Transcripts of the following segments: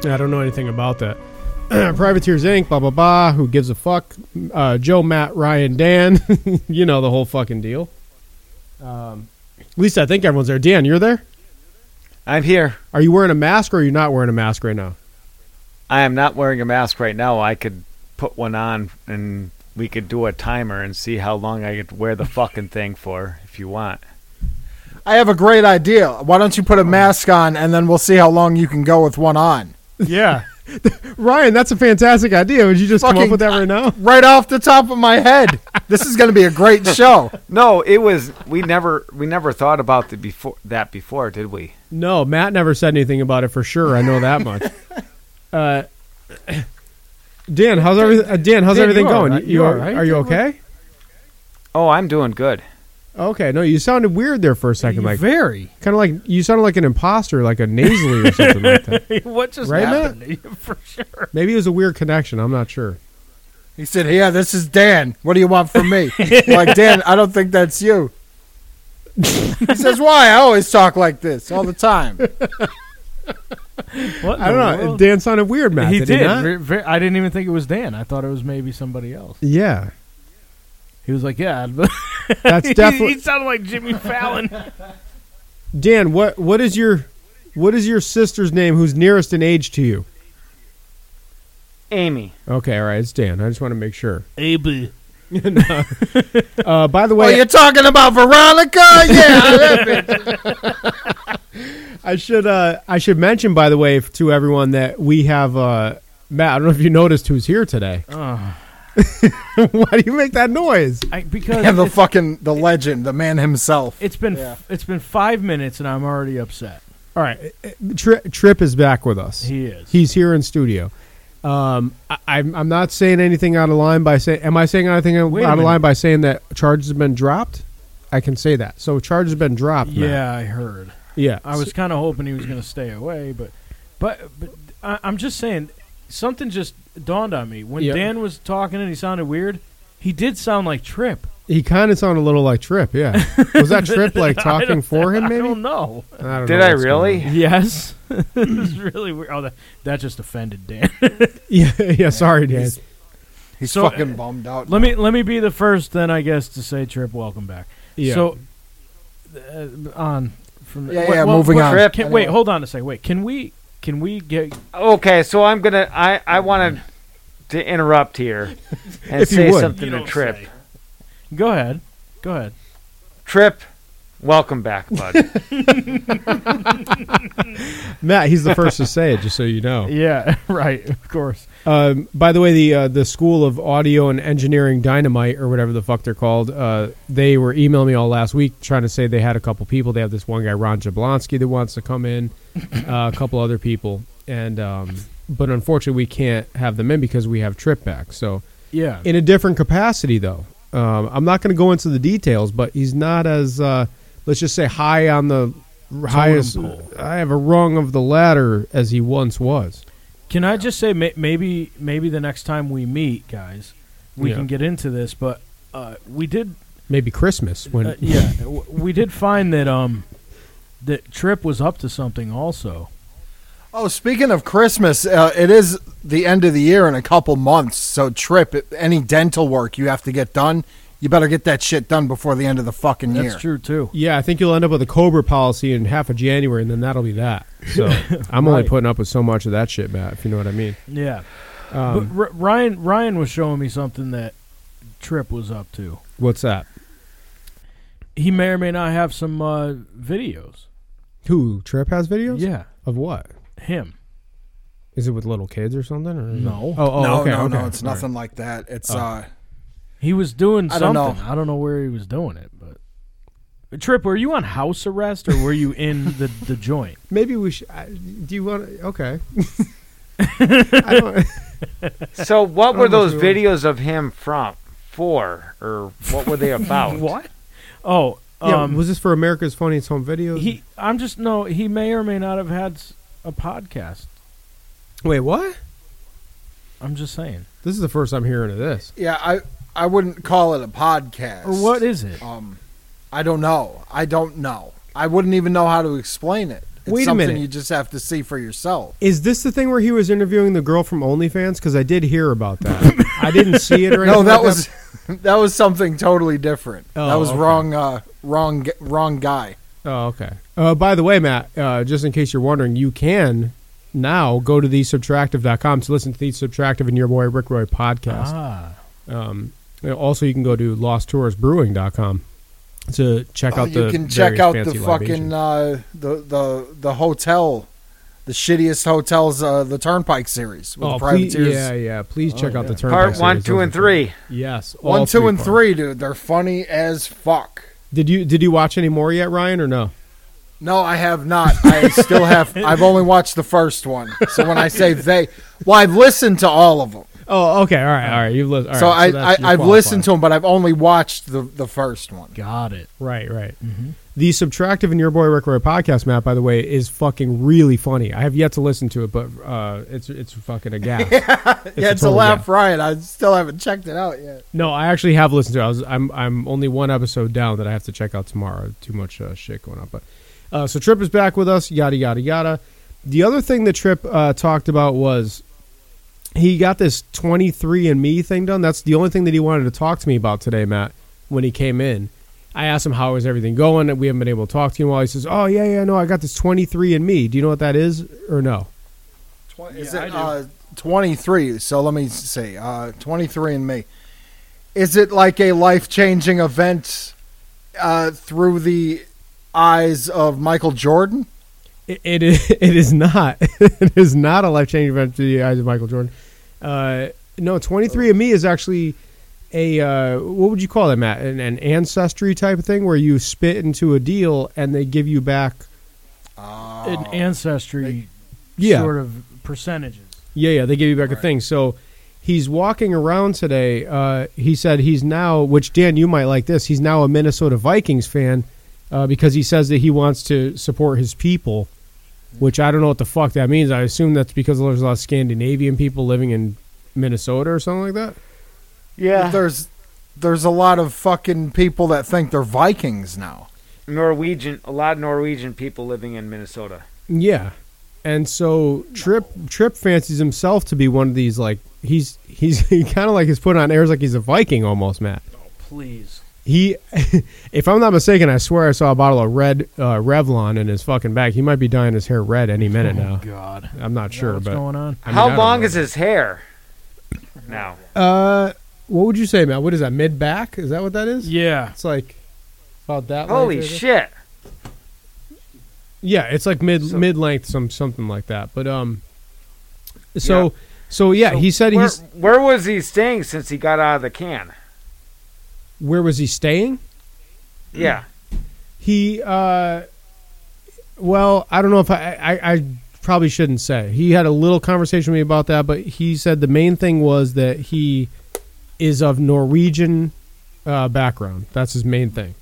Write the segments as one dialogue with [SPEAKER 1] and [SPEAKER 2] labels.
[SPEAKER 1] don't know anything about that. Privateers Inc. Blah blah blah. Who gives a fuck? Uh, Joe, Matt, Ryan, Dan. you know the whole fucking deal. Um, at least I think everyone's there. Dan, you're there.
[SPEAKER 2] I'm here.
[SPEAKER 1] Are you wearing a mask or are you not wearing a mask right now?
[SPEAKER 2] I am not wearing a mask right now. I could put one on and we could do a timer and see how long I could wear the fucking thing for if you want.
[SPEAKER 3] I have a great idea. Why don't you put a mask on and then we'll see how long you can go with one on?
[SPEAKER 1] Yeah. Ryan, that's a fantastic idea. Would you just come up
[SPEAKER 3] Fucking-
[SPEAKER 1] with that right now?
[SPEAKER 3] Right off the top of my head. this is going to be a great show.
[SPEAKER 2] No, it was we never we never thought about the before that before, did we?
[SPEAKER 1] No, Matt never said anything about it for sure. I know that much. uh, Dan, how's everything? Uh, Dan, how's
[SPEAKER 2] Dan,
[SPEAKER 1] everything
[SPEAKER 2] you all
[SPEAKER 1] going?
[SPEAKER 2] right?
[SPEAKER 1] You,
[SPEAKER 2] You all
[SPEAKER 1] are,
[SPEAKER 2] right?
[SPEAKER 1] are you okay?
[SPEAKER 2] Oh, I'm doing good.
[SPEAKER 1] Okay, no, you sounded weird there for a second, like
[SPEAKER 4] very.
[SPEAKER 1] kind of like you sounded like an imposter, like a nasally or something like that.
[SPEAKER 4] what just
[SPEAKER 1] Right, Matt?
[SPEAKER 4] happened? to you? For sure.
[SPEAKER 1] Maybe it was a weird connection. I'm not sure.
[SPEAKER 3] He said, Yeah, this is Dan. What do you want from me? I'm like, Dan, I don't think that's you. he says, Why? I always talk like this all the time.
[SPEAKER 4] What in
[SPEAKER 1] I don't
[SPEAKER 4] the
[SPEAKER 1] know.
[SPEAKER 4] world?
[SPEAKER 1] Dan sounded weird, Matt.
[SPEAKER 4] he
[SPEAKER 1] did.
[SPEAKER 4] did.
[SPEAKER 1] He not?
[SPEAKER 4] Ver- ver- I didn't even think it was Dan. I thought it was maybe somebody else.
[SPEAKER 1] Yeah,
[SPEAKER 4] He was like, "Yeah, I'd-
[SPEAKER 1] that's
[SPEAKER 4] he,
[SPEAKER 1] definitely
[SPEAKER 4] he sounded like Jimmy Fallon."
[SPEAKER 1] Dan. What what is your what is your sister's name? Who's nearest in age to you?
[SPEAKER 2] Amy.
[SPEAKER 1] Okay, all right, it's Dan. I just want to make sure.
[SPEAKER 4] Abel.
[SPEAKER 1] Uh, by the
[SPEAKER 3] Oh,
[SPEAKER 1] way,
[SPEAKER 3] you're talking about Veronica? Yeah, I love it.
[SPEAKER 1] I should uh, I should mention by the way f- to everyone that we have uh, Matt. I don't know if you noticed who's here today. Why do you make that noise?
[SPEAKER 4] I, because
[SPEAKER 3] And the
[SPEAKER 4] it's-
[SPEAKER 3] fucking the legend, the man himself.
[SPEAKER 4] it's been
[SPEAKER 3] Yeah.
[SPEAKER 4] it's been five minutes and I'm already upset.
[SPEAKER 1] All right, eh, Tri- Trip is back with us.
[SPEAKER 4] He is.
[SPEAKER 1] He's here in studio. Um, I, I'm I'm not saying anything out of line by saying. Am I saying anything out
[SPEAKER 4] Wait a
[SPEAKER 1] of line
[SPEAKER 4] minute.
[SPEAKER 1] by saying that charges have been dropped? I can say that. So charges have been dropped. Matt.
[SPEAKER 4] yeah, I heard.
[SPEAKER 1] yeah.
[SPEAKER 4] I was kind of hoping he was going to stay away, but but, but I, I'm just saying something just dawned on me when
[SPEAKER 1] Yeah.
[SPEAKER 4] Dan was talking and he sounded weird. He did sound like Trip.
[SPEAKER 1] He kind of sounded a little like Trip. Yeah. Was that Trip like
[SPEAKER 4] I
[SPEAKER 1] talking
[SPEAKER 4] don't-
[SPEAKER 1] for him? Maybe.
[SPEAKER 4] I don't know.
[SPEAKER 1] I don't
[SPEAKER 2] Did
[SPEAKER 1] know
[SPEAKER 2] I
[SPEAKER 1] what's going on.
[SPEAKER 2] really?
[SPEAKER 4] Yes, it was really weird. Oh, that, that just offended Dan.
[SPEAKER 1] Yeah. Yeah. Sorry, Dan.
[SPEAKER 3] He's
[SPEAKER 4] So-
[SPEAKER 3] fucking bummed out.
[SPEAKER 4] Let me let me be the first then, I guess, to say Trip, welcome back.
[SPEAKER 1] Yeah.
[SPEAKER 4] So uh, on from
[SPEAKER 3] Yeah, yeah, moving on.
[SPEAKER 2] Trip,
[SPEAKER 4] Can, wait, hold on a second. Wait, can we can we get
[SPEAKER 2] Okay, so I'm gonna I I wanted to interrupt here and
[SPEAKER 1] If you
[SPEAKER 2] say
[SPEAKER 1] would.
[SPEAKER 2] something to Trip.
[SPEAKER 4] Go ahead. Go ahead.
[SPEAKER 2] Trip, welcome back, bud.
[SPEAKER 1] Matt, he's the first to say it, just so you know.
[SPEAKER 4] Yeah, right, of course.
[SPEAKER 1] Um, by the way, the uh, the School of Audio and Engineering Dynamite, or whatever the fuck they're called, uh, they were emailing me all last week trying to say they had a couple people. They have this one guy, Ron Jablonski, that wants to come in, uh, a couple other people, and um, but unfortunately we can't have them in because we have Trip back. So
[SPEAKER 4] Yeah.
[SPEAKER 1] in a different capacity, though, um, I'm not going to go into the details, but he's not as uh, let's just say high on the highest.
[SPEAKER 4] pole.
[SPEAKER 1] I have a rung of the ladder as he once was.
[SPEAKER 4] Can I just say may- maybe maybe the next time we meet, guys, we
[SPEAKER 1] Yeah.
[SPEAKER 4] can get into this, but uh, we did
[SPEAKER 1] Maybe Christmas when
[SPEAKER 4] uh, yeah, w- we did find that um that Trip was up to something also.
[SPEAKER 3] Oh, speaking of Christmas, uh, it is the end of the year in a couple months. So, Trip, any dental work you have to get done, you better get that shit done before the end of the fucking
[SPEAKER 4] That's
[SPEAKER 3] year.
[SPEAKER 4] true too.
[SPEAKER 1] Yeah, I think you'll end up with a Cobra policy in half of January, and then that'll be that. So I'm only
[SPEAKER 4] Right.
[SPEAKER 1] putting up with so much of that shit, Matt. If you know what I mean.
[SPEAKER 4] Yeah.
[SPEAKER 1] Um,
[SPEAKER 4] but R- Ryan Ryan was showing me something that Trip was up to.
[SPEAKER 1] what's that?
[SPEAKER 4] He may or may not have some uh, videos.
[SPEAKER 1] Who Trip has videos?
[SPEAKER 4] Yeah,
[SPEAKER 1] Of what?
[SPEAKER 4] him.
[SPEAKER 1] Is it with little kids or something? Or
[SPEAKER 4] No.
[SPEAKER 1] Oh, oh,
[SPEAKER 3] no,
[SPEAKER 1] okay,
[SPEAKER 3] no,
[SPEAKER 1] okay. Oh.
[SPEAKER 3] no, it's nothing like that. It's uh,
[SPEAKER 4] He was doing
[SPEAKER 3] I
[SPEAKER 4] something.
[SPEAKER 3] don't know.
[SPEAKER 4] I don't know where he was doing it, but Trip, were you on house arrest or were you in the, the joint?
[SPEAKER 1] Maybe we should. I, do you want? to... Okay. I don't.
[SPEAKER 2] So what were
[SPEAKER 3] Oh,
[SPEAKER 1] Almost
[SPEAKER 2] those
[SPEAKER 1] ruined.
[SPEAKER 2] videos of him from for or what were they about?
[SPEAKER 4] What? Oh,
[SPEAKER 1] Yeah,
[SPEAKER 4] um,
[SPEAKER 1] was this for America's Funniest Home Videos?
[SPEAKER 4] he. I'm just no. He may or may not have had s- a podcast.
[SPEAKER 1] Wait, what?
[SPEAKER 4] I'm just saying.
[SPEAKER 1] This is the first I'm hearing of this.
[SPEAKER 3] yeah, I I wouldn't call it a podcast.
[SPEAKER 4] Or what is it?
[SPEAKER 3] Um, I don't know. I don't know. I wouldn't even know how to explain it. It's
[SPEAKER 1] Wait a
[SPEAKER 3] something
[SPEAKER 1] minute.
[SPEAKER 3] you just have to see for yourself.
[SPEAKER 1] Is this the thing where he was interviewing the girl from OnlyFans? Because I did hear about that. I didn't see it or anything.
[SPEAKER 3] No, that
[SPEAKER 1] like
[SPEAKER 3] was that was something totally different.
[SPEAKER 1] Oh,
[SPEAKER 3] that was
[SPEAKER 1] okay.
[SPEAKER 3] wrong, uh, wrong, g- wrong guy.
[SPEAKER 1] Oh, okay. Uh, by the way, Matt, uh, just in case you're wondering, you can now go to thesubtractive.com to listen to the Subtractive and your boy Rick Roy podcast.
[SPEAKER 4] Ah,
[SPEAKER 1] Um, and also, you can go to losttoursbrewing.com to check
[SPEAKER 3] Oh,
[SPEAKER 1] out the
[SPEAKER 3] you can check
[SPEAKER 1] various
[SPEAKER 3] out the
[SPEAKER 1] fancy
[SPEAKER 3] fucking
[SPEAKER 1] libations.
[SPEAKER 3] uh, the the the hotel, the shittiest hotels, uh, the Turnpike series with
[SPEAKER 1] Oh,
[SPEAKER 3] the
[SPEAKER 1] please,
[SPEAKER 3] privateers.
[SPEAKER 1] yeah, yeah. Please check
[SPEAKER 4] Oh,
[SPEAKER 1] out
[SPEAKER 4] yeah.
[SPEAKER 1] the turn.
[SPEAKER 2] Part one, two, and three.
[SPEAKER 1] Yes, all
[SPEAKER 3] One, two, and
[SPEAKER 1] parts.
[SPEAKER 3] three, dude. They're funny as fuck.
[SPEAKER 1] Did you did you watch any more yet, Ryan, or no?
[SPEAKER 3] No, I have not. I still have. I've only watched the first one. So when I say they, well, I've listened to all of them.
[SPEAKER 1] Oh, okay. All right, all right. You've listened.
[SPEAKER 3] so I, I I've listened to them, but I've only watched the the first one.
[SPEAKER 4] got it.
[SPEAKER 1] Right, right.
[SPEAKER 3] Mm-hmm.
[SPEAKER 1] The subtractive and your boy Rick Roy podcast, Matt. By the way, is fucking really funny. I have yet to listen to it, but uh, it's it's fucking a gas.
[SPEAKER 3] yeah, it's a
[SPEAKER 1] total
[SPEAKER 3] laugh
[SPEAKER 1] gas.
[SPEAKER 3] riot. I still haven't checked it out yet.
[SPEAKER 1] No, I actually have listened to. it. I was, I'm I'm only one episode down that I have to check out tomorrow. Too much uh, shit going on. But uh, so Trip is back with us. Yada yada yada. The other thing that Trip uh, talked about was he got this 23andMe thing done. That's the only thing that he wanted to talk to me about today, Matt. When he came in, I asked him how is everything going. We haven't been able to talk to him while he says, "Oh yeah yeah no, I got this 23andMe. Do you know what that is or no?"
[SPEAKER 3] Twen- is it uh, 23? So let me see. Uh, 23 and me. Is it like a life changing event uh, through the eyes of Michael Jordan?
[SPEAKER 1] It, it is. It is not. it is not a life changing event to the eyes of Michael Jordan. Uh, no, twenty three andme is actually a uh, what would you call that, Matt? An, an ancestry type of thing where you spit into a deal and they give you back.
[SPEAKER 4] An ancestry
[SPEAKER 1] Yeah.
[SPEAKER 4] sort of percentages.
[SPEAKER 1] Yeah, yeah, they give you back a thing. So he's walking around today. Uh, he said he's now, which Dan, you might like this. He's now a Minnesota Vikings fan uh, because he says that he wants to support his people. Which I don't know what the fuck that means. I assume that's because there's a lot of Scandinavian people living in Minnesota or something like that.
[SPEAKER 2] Yeah.
[SPEAKER 3] There's there's a lot of fucking people that think they're Vikings now.
[SPEAKER 2] Norwegian, a lot of Norwegian people living in Minnesota.
[SPEAKER 1] Yeah. And so Trip Trip fancies himself to be one of these like he's he's he kind of like is put on airs like he's a Viking almost, Matt.
[SPEAKER 4] Please.
[SPEAKER 1] he if i'm not mistaken i swear i saw a bottle of red uh, revlon in his fucking bag he might be dyeing his hair red any minute
[SPEAKER 4] oh,
[SPEAKER 1] now
[SPEAKER 4] God.
[SPEAKER 1] i'm not
[SPEAKER 4] Now
[SPEAKER 1] sure
[SPEAKER 4] what's
[SPEAKER 1] but
[SPEAKER 4] going on?
[SPEAKER 1] I mean, I
[SPEAKER 2] How
[SPEAKER 1] don't
[SPEAKER 2] long
[SPEAKER 1] know.
[SPEAKER 2] is his hair? Now,
[SPEAKER 1] uh what would you say matt what is that mid back is that what that is
[SPEAKER 4] Yeah.
[SPEAKER 1] it's like about that
[SPEAKER 2] holy
[SPEAKER 1] length, I guess.
[SPEAKER 2] shit!
[SPEAKER 1] yeah it's like mid
[SPEAKER 2] So-
[SPEAKER 1] mid length some something like that but um so
[SPEAKER 2] Yeah.
[SPEAKER 1] so yeah
[SPEAKER 2] So
[SPEAKER 1] he said
[SPEAKER 2] where,
[SPEAKER 1] he's
[SPEAKER 2] Where was he staying since he got out of the can?
[SPEAKER 1] where was he staying Mm.
[SPEAKER 2] Yeah,
[SPEAKER 1] He, uh, well, I don't know if I, I, I probably shouldn't say. He had a little conversation with me about that, but he said the main thing was that he is of Norwegian uh, background. That's his main thing.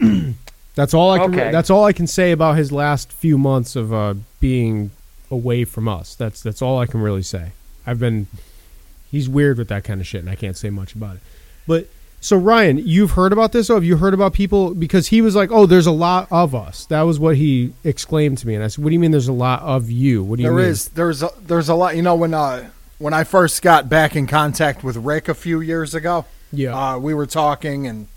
[SPEAKER 1] that's all I can.
[SPEAKER 2] Okay.
[SPEAKER 1] That's all I can say about his last few months of uh, being away from us. That's that's all I can really say. I've been. He's weird with that kind of shit, and I can't say much about it. But so Ryan, you've heard about this? Oh, have you heard about people? Because he was like, "Oh, there's a lot of us." That was what he exclaimed to me, and I said, "What do you mean? There's a lot of you? What do you
[SPEAKER 3] There
[SPEAKER 1] mean?"
[SPEAKER 3] is there's a, there's a lot. You know when uh when I first got back in contact with Rick a few years ago,
[SPEAKER 1] Yeah.
[SPEAKER 3] uh, we were talking and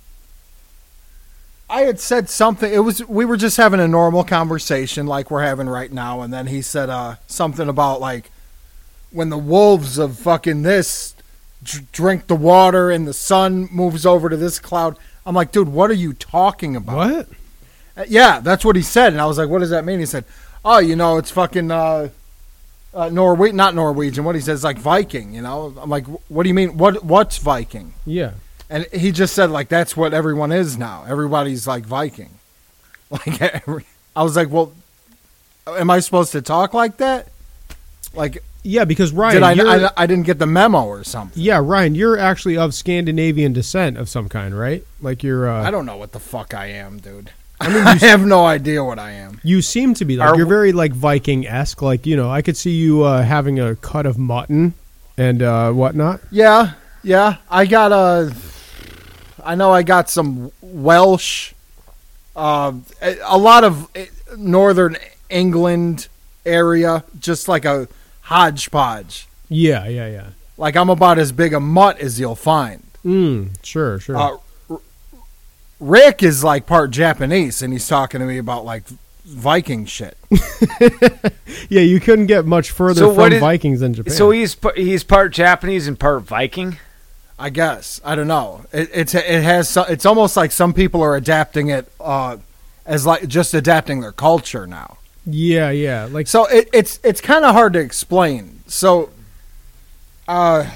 [SPEAKER 3] I had said something. It was we were just having a normal conversation like we're having right now, and then he said uh, something about like when the wolves of fucking this dr- drink the water and the sun moves over to this cloud. I'm like, dude, what are you talking about?
[SPEAKER 1] what?
[SPEAKER 3] Uh, Yeah, that's what he said, and I was like, "What does that mean?" He said, "Oh, you know, it's fucking uh, uh, Norwe- not Norwegian. What he says, like Viking. You know, I'm like, "Wh- what do you mean? What what's Viking?"
[SPEAKER 1] Yeah.
[SPEAKER 3] And he just said, like, that's what everyone is now. Everybody's like Viking. Like, every- I was like, well, am I supposed to talk like that? Like,
[SPEAKER 1] Yeah, because Ryan,
[SPEAKER 3] did I,
[SPEAKER 1] you're-
[SPEAKER 3] I? I didn't get the memo or something.
[SPEAKER 1] yeah, Ryan, you're actually of Scandinavian descent of some kind, right? Like you're. Uh,
[SPEAKER 3] I don't know what the fuck I am, dude. I mean, I have no idea what I am.
[SPEAKER 1] You seem to be like
[SPEAKER 2] Are-
[SPEAKER 1] you're very like Viking esque. Like you know, I could see you uh, having a cut of mutton and uh, whatnot.
[SPEAKER 3] Yeah, yeah. I got a. I know I got some Welsh, uh, a a lot of eh, northern England area, just like a hodgepodge.
[SPEAKER 1] Yeah, yeah, yeah.
[SPEAKER 3] Like I'm about as big a mutt as you'll find.
[SPEAKER 1] Mm, sure, sure.
[SPEAKER 3] Uh, R- Rick is like part Japanese, and he's talking to me about like Viking shit.
[SPEAKER 1] yeah, you couldn't get much further
[SPEAKER 2] So what
[SPEAKER 1] from
[SPEAKER 2] is-
[SPEAKER 1] Vikings than Japan.
[SPEAKER 2] So he's p- he's part Japanese and part Viking.
[SPEAKER 3] I guess I don't know. It, it's it has so- it's almost like some people are adapting it uh, as like just adapting their culture now.
[SPEAKER 1] yeah, yeah. Like
[SPEAKER 3] So it, it's it's kind of hard to explain. So, uh,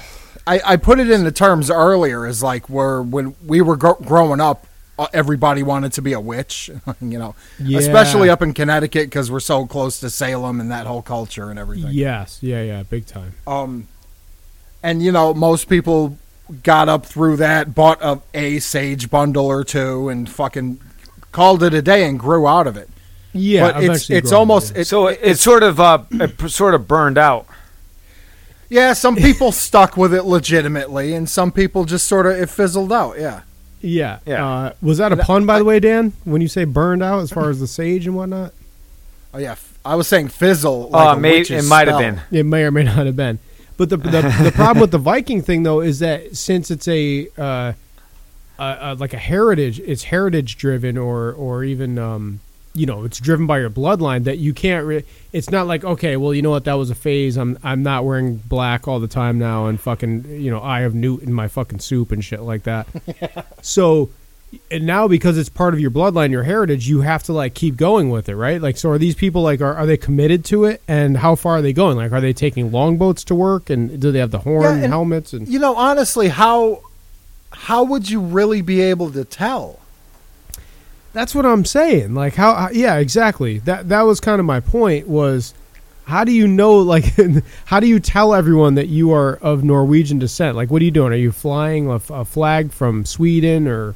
[SPEAKER 3] I I put it into terms earlier as like where when we were gr- growing up, uh, everybody wanted to be a witch, you know,
[SPEAKER 1] Yeah.
[SPEAKER 3] especially up in Connecticut because we're so close to Salem and that whole culture and everything.
[SPEAKER 1] yes, yeah, yeah, big time.
[SPEAKER 3] Um, and you know, most people got up through that, bought a, a sage bundle or two, and fucking called it a day and grew out of it.
[SPEAKER 1] Yeah,
[SPEAKER 3] but it's it's almost it's,
[SPEAKER 2] so it, it's sort of uh, it p- sort of burned out.
[SPEAKER 3] yeah. Some people stuck with it legitimately, and some people just sort of it fizzled out. Yeah,
[SPEAKER 1] yeah.
[SPEAKER 2] Yeah.
[SPEAKER 1] Uh, was that a
[SPEAKER 3] That-
[SPEAKER 1] pun, by the
[SPEAKER 3] I-
[SPEAKER 1] way, Dan? When you say burned out, as far as the sage and whatnot,
[SPEAKER 3] oh yeah. f- I was saying fizzle.
[SPEAKER 2] Oh,
[SPEAKER 3] Like a
[SPEAKER 2] it may-
[SPEAKER 3] witch's
[SPEAKER 2] it might have
[SPEAKER 3] spell.
[SPEAKER 2] been.
[SPEAKER 1] it may or may not have been. But the the, the problem with the Viking thing though is that since it's a uh, uh, uh, like a heritage, it's heritage driven, or or even um, you know it's driven by your bloodline that you can't. Re- it's not like okay, well you know what that was a phase. I'm I'm not wearing black all the time now, and fucking you know I have Newt in my fucking soup and shit like that. so. And now, because it's part of your bloodline, your heritage, you have to like keep going with it, right? Like, so are these people like are, are they committed to it, and how far are they going? Like, are they taking longboats to work, and do they have the horn
[SPEAKER 3] Yeah,
[SPEAKER 1] and
[SPEAKER 3] and-
[SPEAKER 1] helmets? And
[SPEAKER 3] You know, honestly, how how would you really be able to tell?
[SPEAKER 1] That's what I'm saying. Like how, how yeah, exactly. That that was kind of my point was how do you know like how do you tell everyone that you are of Norwegian descent? Like what are you doing? Are you flying a, f- a flag from Sweden or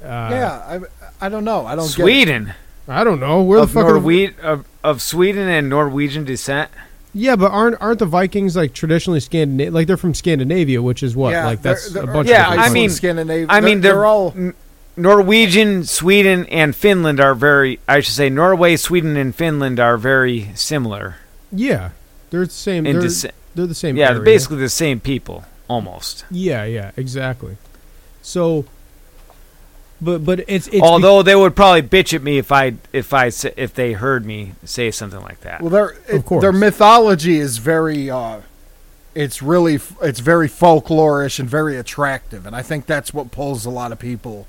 [SPEAKER 1] uh,
[SPEAKER 3] yeah, I I don't know. I don't get it.
[SPEAKER 2] Sweden
[SPEAKER 1] I don't know. Where
[SPEAKER 2] of
[SPEAKER 1] the fuck are
[SPEAKER 2] Norwe- of, of Sweden and Norwegian descent.
[SPEAKER 1] Yeah, but aren't aren't the Vikings like traditionally Scandinavian? Like they're from Scandinavia, which is what?
[SPEAKER 3] Yeah,
[SPEAKER 1] like
[SPEAKER 3] they're-
[SPEAKER 1] that's
[SPEAKER 3] they're-
[SPEAKER 1] a bunch of
[SPEAKER 2] yeah, I
[SPEAKER 1] different-
[SPEAKER 3] Iceland,
[SPEAKER 2] mean-
[SPEAKER 3] Scandinavia.
[SPEAKER 2] I mean,
[SPEAKER 3] they're,
[SPEAKER 2] they're,
[SPEAKER 3] they're all
[SPEAKER 2] N- Norwegian, Sweden, and Finland are very. I should say Norway, Sweden, and Finland are very similar.
[SPEAKER 1] Yeah. They're the same
[SPEAKER 2] In
[SPEAKER 1] they're,
[SPEAKER 2] desc-
[SPEAKER 1] they're the same
[SPEAKER 2] yeah,
[SPEAKER 1] area.
[SPEAKER 2] they're basically the same people almost.
[SPEAKER 1] Yeah, yeah, exactly. So but but it's it's
[SPEAKER 2] Although they would probably bitch at me if I if I s- if they heard me say something like that.
[SPEAKER 3] well, their it-
[SPEAKER 1] course.
[SPEAKER 3] their mythology is very. Uh, it's really f- it's very folklorish and very attractive, and I think that's what pulls a lot of people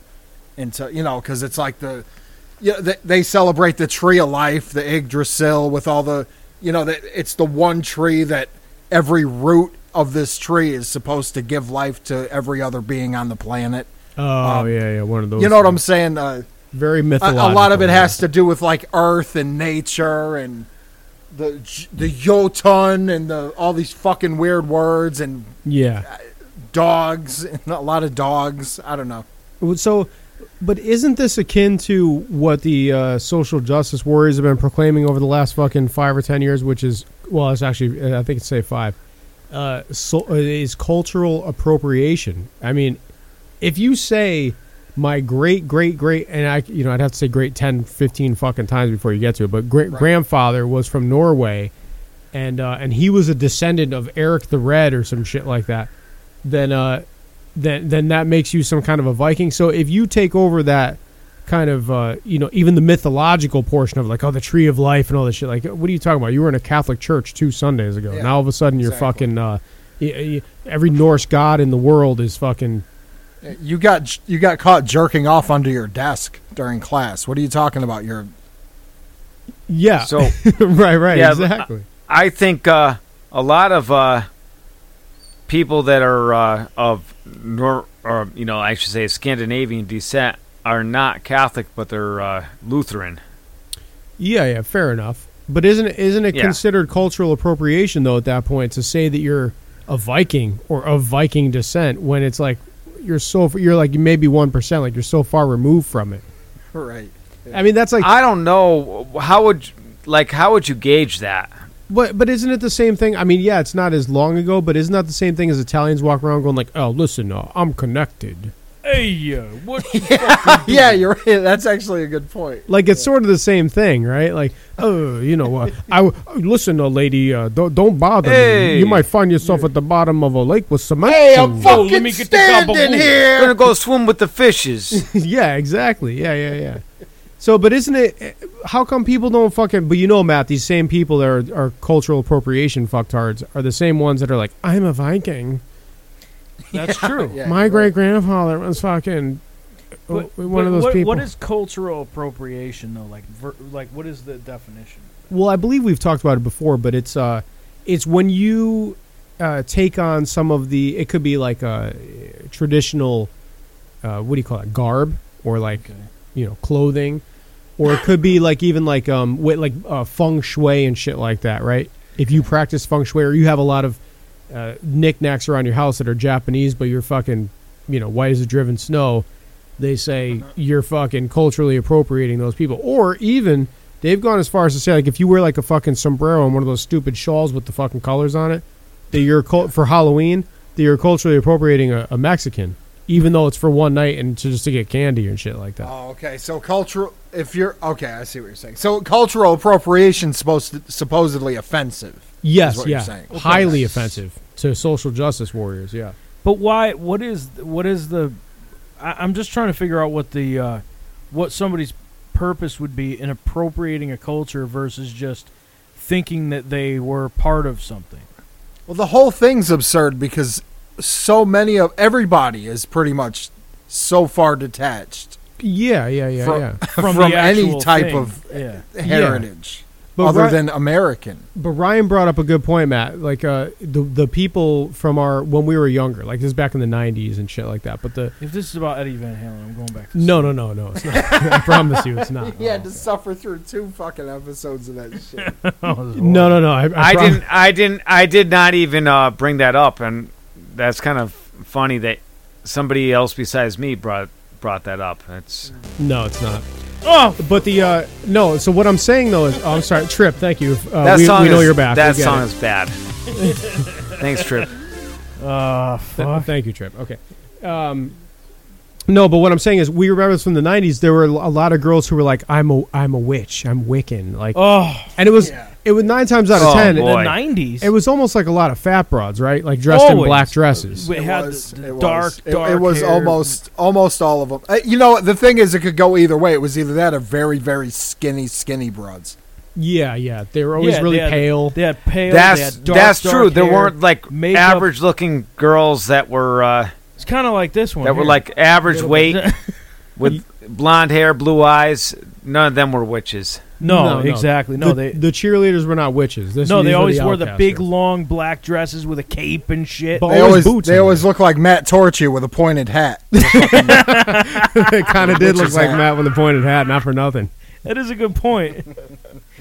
[SPEAKER 3] into you know because it's like the you know, they, they celebrate the tree of life, the Yggdrasil, with all the you know that it's the one tree that every root of this tree is supposed to give life to every other being on the planet.
[SPEAKER 1] Oh
[SPEAKER 3] Um,
[SPEAKER 1] yeah, yeah, one of those.
[SPEAKER 3] You know what I'm saying? Uh,
[SPEAKER 1] Very
[SPEAKER 3] a,
[SPEAKER 1] mythological.
[SPEAKER 3] a lot of it has to do with like earth and nature and the j- the yotun and the all these fucking weird words and
[SPEAKER 1] Yeah.
[SPEAKER 3] dogs and a lot of dogs i don't know
[SPEAKER 1] Uh, So, but isn't this akin to what the uh, social justice warriors have been proclaiming over the last fucking five or ten years? Which is, well, it's actually, uh, I think it's say five. Uh, so, uh, is cultural appropriation. I mean, if you say my great great great and i you know i'd have to say great 10 15 fucking times before you get to it but great
[SPEAKER 3] Right.
[SPEAKER 1] grandfather was from norway and uh and he was a descendant of eric the red or some shit like that then uh then then that makes you some kind of a viking so if you take over that kind of uh you know even the mythological portion of like oh the tree of life and all this shit like what are you talking about you were in a catholic church two sundays ago
[SPEAKER 3] Yeah,
[SPEAKER 1] now all of a sudden you're
[SPEAKER 3] exactly.
[SPEAKER 1] fucking uh y- y- every norse god in the world is fucking
[SPEAKER 3] you got j- you got caught jerking off under your desk during class what are you talking about you're
[SPEAKER 1] yeah
[SPEAKER 2] So
[SPEAKER 1] right, right,
[SPEAKER 2] Yeah, uh,
[SPEAKER 1] exactly.
[SPEAKER 2] I think uh, a lot of uh, people that are uh, of Nor- or you know I should say Scandinavian descent are not Catholic, but they're uh, Lutheran.
[SPEAKER 1] Yeah, yeah, fair enough. But isn't it- isn't it
[SPEAKER 2] Yeah.
[SPEAKER 1] considered cultural appropriation though at that point to say that you're a Viking or of Viking descent when it's like you're so you're like maybe one percent, like you're so far removed from it.
[SPEAKER 3] right
[SPEAKER 1] I mean, that's like,
[SPEAKER 2] I don't know how would like how would you gauge that?
[SPEAKER 1] but but isn't it the same thing? I mean, yeah, it's not as long ago, but isn't that the same thing as Italians walk around going like, oh, listen, uh, I'm connected.
[SPEAKER 4] Hey, yeah, what?
[SPEAKER 3] yeah, you're right. That's actually a good point.
[SPEAKER 1] Like it's sort of the same thing, right? Like, oh, you know, uh, I w- listen, uh, lady, uh, don't, don't bother
[SPEAKER 2] Hey.
[SPEAKER 1] me. You might find yourself at the bottom of a lake with cement.
[SPEAKER 3] Hey,
[SPEAKER 1] over
[SPEAKER 3] I'm
[SPEAKER 1] you."
[SPEAKER 4] fuck-
[SPEAKER 3] fucking
[SPEAKER 4] me get the
[SPEAKER 3] standing
[SPEAKER 4] gabagool.
[SPEAKER 2] We're gonna
[SPEAKER 3] here.
[SPEAKER 2] go swim with the fishes.
[SPEAKER 1] yeah, exactly. Yeah, yeah, yeah. So, but isn't it? eh, How come people don't fucking? But you know, Matt, these same people that are, are cultural appropriation fucktards are the same ones that are like, "I'm a Viking.
[SPEAKER 4] That's true.
[SPEAKER 3] Yeah,
[SPEAKER 1] My
[SPEAKER 3] you're right.
[SPEAKER 1] great grandfather was fucking
[SPEAKER 4] But-
[SPEAKER 1] w- one
[SPEAKER 4] but
[SPEAKER 1] of those
[SPEAKER 4] what,
[SPEAKER 1] people."
[SPEAKER 4] What is cultural appropriation though? Like, ver- like what is the definition?
[SPEAKER 1] Well, I believe we've talked about it before, but it's uh, it's when you uh, take on some of the. It could be like a traditional, uh, what do you call it, garb or like
[SPEAKER 4] Okay.
[SPEAKER 1] you know clothing, or it could be like even like um with like uh, feng shui and shit like that, right? If you practice feng shui or you have a lot of uh, knickknacks around your house that are Japanese, but you're fucking you know white as the driven snow, they say you're fucking culturally appropriating those people. Or even they've gone as far as to say like if you wear like a fucking sombrero and one of those stupid shawls with the fucking colors on it, that you're cul- for Halloween that you're culturally appropriating a, a Mexican. Even though it's for one night and to just to get candy and shit like that.
[SPEAKER 3] Oh, okay. So cultural. If you're okay, I see what you're saying. So cultural appropriation supposed to, supposedly offensive.
[SPEAKER 1] Yes,
[SPEAKER 3] is what
[SPEAKER 1] yeah.
[SPEAKER 3] you're saying. Okay.
[SPEAKER 1] Highly offensive to social justice warriors, yeah.
[SPEAKER 4] But why? What is? What is the? I, I'm just trying to figure out what the, uh, what somebody's purpose would be in appropriating a culture versus just thinking that they were part of something.
[SPEAKER 3] Well, the whole thing's absurd because so many of everybody is pretty much so far detached
[SPEAKER 1] Yeah, yeah, yeah,
[SPEAKER 3] From-
[SPEAKER 1] yeah.
[SPEAKER 4] from,
[SPEAKER 3] From
[SPEAKER 4] the
[SPEAKER 3] any
[SPEAKER 4] actual
[SPEAKER 3] type
[SPEAKER 4] thing.
[SPEAKER 3] of-
[SPEAKER 4] yeah.
[SPEAKER 3] heritage,
[SPEAKER 1] But
[SPEAKER 3] other
[SPEAKER 1] Ri-
[SPEAKER 3] than American.
[SPEAKER 1] but Ryan brought up a good point, Matt. Like uh the the people from our when we were younger, like this is back in the nineties and shit like that. But the
[SPEAKER 4] If this is about Eddie Van Halen, I'm going back. to
[SPEAKER 1] No no no no it's not. I promise you it's not.
[SPEAKER 3] He had to suffer through two fucking episodes of that shit.
[SPEAKER 1] No no no I, I,
[SPEAKER 2] I
[SPEAKER 1] prom-
[SPEAKER 2] didn't. I didn't. I did not even uh, bring that up, and that's kind of funny that somebody else besides me brought brought that up. It's
[SPEAKER 1] No, it's not.
[SPEAKER 4] Oh,
[SPEAKER 1] But the uh no, so what I'm saying though is oh, I'm sorry, Trip, thank you. Uh,
[SPEAKER 2] that
[SPEAKER 1] we,
[SPEAKER 2] song.
[SPEAKER 1] we know
[SPEAKER 2] is,
[SPEAKER 1] you're back.
[SPEAKER 2] That
[SPEAKER 1] We get
[SPEAKER 2] song
[SPEAKER 1] it.
[SPEAKER 2] is bad. Thanks, Trip.
[SPEAKER 4] uh,
[SPEAKER 1] Th-
[SPEAKER 4] fuck.
[SPEAKER 1] Thank you, Trip. Okay. Um, no, but what I'm saying is, we remember this from the '90s. There were a lot of girls who were like, "I'm a, I'm a witch. I'm Wiccan." Like,
[SPEAKER 4] Oh,
[SPEAKER 1] and it was,
[SPEAKER 3] yeah.
[SPEAKER 1] it was nine times out of
[SPEAKER 2] Oh,
[SPEAKER 1] ten,
[SPEAKER 2] boy.
[SPEAKER 4] the '90s.
[SPEAKER 1] it was almost like a lot of fat broads, right? Like dressed in
[SPEAKER 4] Always.
[SPEAKER 1] black dresses.
[SPEAKER 4] We had the- the dark,
[SPEAKER 3] was. It-
[SPEAKER 4] dark.
[SPEAKER 3] It, was
[SPEAKER 4] hair.
[SPEAKER 3] almost almost all of them. Uh, You know, the thing is, it could go either way. It was either that or very, very skinny, skinny broads.
[SPEAKER 1] Yeah, yeah. They were always
[SPEAKER 4] Yeah,
[SPEAKER 1] really
[SPEAKER 4] they had-
[SPEAKER 1] pale.
[SPEAKER 4] They had pale. they
[SPEAKER 2] That's
[SPEAKER 4] had dark,
[SPEAKER 2] that's
[SPEAKER 4] dark
[SPEAKER 2] true. There
[SPEAKER 4] hair.
[SPEAKER 2] weren't like
[SPEAKER 4] makeup.
[SPEAKER 2] average-looking girls that were uh,
[SPEAKER 4] It's kind of like this one.
[SPEAKER 2] that were
[SPEAKER 4] here.
[SPEAKER 2] like average
[SPEAKER 4] Little
[SPEAKER 2] weight
[SPEAKER 4] bit.
[SPEAKER 2] with blonde hair, blue eyes. None of them were witches.
[SPEAKER 4] no, exactly.
[SPEAKER 1] the,
[SPEAKER 4] No, they
[SPEAKER 1] the cheerleaders were not witches. This,
[SPEAKER 4] no,
[SPEAKER 1] these
[SPEAKER 4] they always
[SPEAKER 1] the
[SPEAKER 4] wore the
[SPEAKER 1] outcasters.
[SPEAKER 4] big long black dresses with a cape and shit.
[SPEAKER 1] But-
[SPEAKER 3] They
[SPEAKER 1] Always
[SPEAKER 3] always,
[SPEAKER 1] boots
[SPEAKER 3] they
[SPEAKER 1] on
[SPEAKER 3] always look like Matt Torchia with a pointed hat.
[SPEAKER 1] it kind of did look
[SPEAKER 3] Witches
[SPEAKER 1] like
[SPEAKER 3] hat.
[SPEAKER 1] Matt with a pointed hat, not for nothing.
[SPEAKER 4] that is a good point.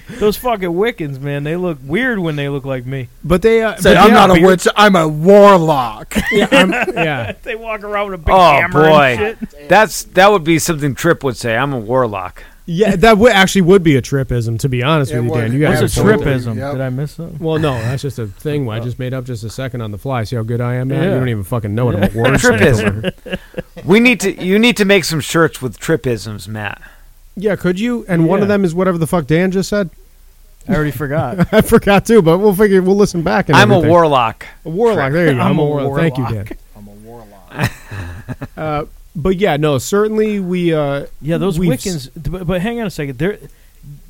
[SPEAKER 4] Those fucking Wiccans, man, they look weird when they look like me.
[SPEAKER 1] But they, uh,
[SPEAKER 3] Said,
[SPEAKER 1] but
[SPEAKER 3] I'm
[SPEAKER 1] yeah,
[SPEAKER 3] not a
[SPEAKER 1] beard-
[SPEAKER 3] witch. I'm a warlock.
[SPEAKER 1] Yeah, I'm- yeah.
[SPEAKER 4] They walk around with a big
[SPEAKER 2] Oh,
[SPEAKER 4] hammer and
[SPEAKER 2] boy.
[SPEAKER 4] shit.
[SPEAKER 2] That's that would be something Trip would say. I'm a warlock.
[SPEAKER 1] Yeah, that would actually would be a tripism, to be honest
[SPEAKER 3] It
[SPEAKER 1] with you, Dan.
[SPEAKER 3] would.
[SPEAKER 1] You guys
[SPEAKER 4] What's
[SPEAKER 1] are
[SPEAKER 4] a
[SPEAKER 1] absolutely-
[SPEAKER 4] tripism?
[SPEAKER 3] Yep.
[SPEAKER 4] Did I miss something?
[SPEAKER 1] Well, no, that's just a thing I just made up just a second on the fly. See how good I am, man? You
[SPEAKER 4] Yeah.
[SPEAKER 1] don't even fucking know what I'm a
[SPEAKER 2] Tripism.
[SPEAKER 1] wordsmith over.
[SPEAKER 2] We need to. You need to make some shirts with Tripisms, Matt.
[SPEAKER 1] Yeah, could you? And one of
[SPEAKER 4] Yeah.
[SPEAKER 1] them is whatever the fuck Dan just said.
[SPEAKER 4] I already forgot.
[SPEAKER 1] I forgot too, but we'll figure. We'll listen back. And
[SPEAKER 2] I'm a
[SPEAKER 1] everything.
[SPEAKER 2] warlock.
[SPEAKER 1] A warlock. There you go. I'm, a warlock. Thank you,
[SPEAKER 4] warlock.
[SPEAKER 1] Dan.
[SPEAKER 3] I'm a warlock.
[SPEAKER 1] Uh, but yeah, no, certainly we. Uh,
[SPEAKER 4] Yeah, those
[SPEAKER 1] we've
[SPEAKER 4] Wiccans. But, but hang on a second. There,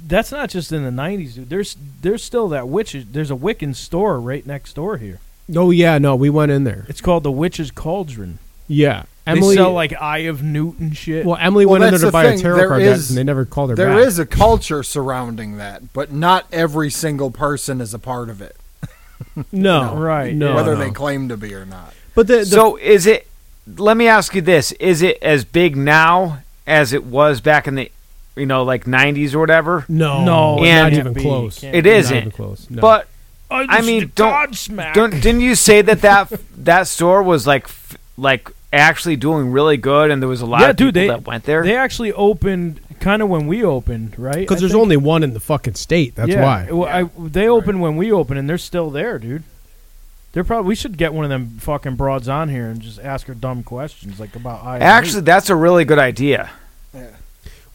[SPEAKER 4] that's not just in the '90s, dude. There's there's still that witch. There's a Wiccan store right next door here.
[SPEAKER 1] Oh yeah, no, we went in there.
[SPEAKER 4] It's called the Witch's Cauldron.
[SPEAKER 1] Yeah,
[SPEAKER 4] they
[SPEAKER 1] Emily.
[SPEAKER 4] sell like Eye of Newton shit.
[SPEAKER 1] well, Emily
[SPEAKER 3] Well,
[SPEAKER 1] went in there
[SPEAKER 3] that's
[SPEAKER 1] to
[SPEAKER 3] the
[SPEAKER 1] buy
[SPEAKER 3] thing.
[SPEAKER 1] a tarot
[SPEAKER 3] There
[SPEAKER 1] card,
[SPEAKER 3] is-
[SPEAKER 1] and they never called her
[SPEAKER 3] There
[SPEAKER 1] back.
[SPEAKER 3] is a culture surrounding that, but not every single person is a part of it,
[SPEAKER 1] no,
[SPEAKER 4] Right,
[SPEAKER 1] No,
[SPEAKER 4] yeah.
[SPEAKER 3] whether
[SPEAKER 1] no.
[SPEAKER 3] they claim to be or not.
[SPEAKER 1] But the, the
[SPEAKER 2] So is it? Let me ask you this: Is it as big now as it was back in the, you know, like '90s or whatever?
[SPEAKER 1] no,
[SPEAKER 4] No,
[SPEAKER 1] not
[SPEAKER 2] it can't
[SPEAKER 1] even
[SPEAKER 4] be.
[SPEAKER 1] close.
[SPEAKER 4] Can't
[SPEAKER 2] It
[SPEAKER 4] be.
[SPEAKER 1] Not
[SPEAKER 2] isn't.
[SPEAKER 1] even close. No.
[SPEAKER 2] But
[SPEAKER 4] I
[SPEAKER 2] mean,
[SPEAKER 4] used to
[SPEAKER 2] don't-
[SPEAKER 4] Godsmack.
[SPEAKER 2] don't, didn't you say that that that store was like f- like actually doing really good, and there was a lot
[SPEAKER 4] Yeah,
[SPEAKER 2] of people
[SPEAKER 4] dude, they-
[SPEAKER 2] that went there?
[SPEAKER 4] They actually opened kind of when we opened, right?
[SPEAKER 1] Because
[SPEAKER 4] I
[SPEAKER 1] there's
[SPEAKER 4] think-
[SPEAKER 1] only one in the fucking state. That's
[SPEAKER 4] yeah,
[SPEAKER 1] why.
[SPEAKER 4] Well, I, they opened when we opened, and they're still there, dude. They're probably we should get one of them fucking broads on here and just ask her dumb questions like about I
[SPEAKER 2] Actually, that's a really good idea.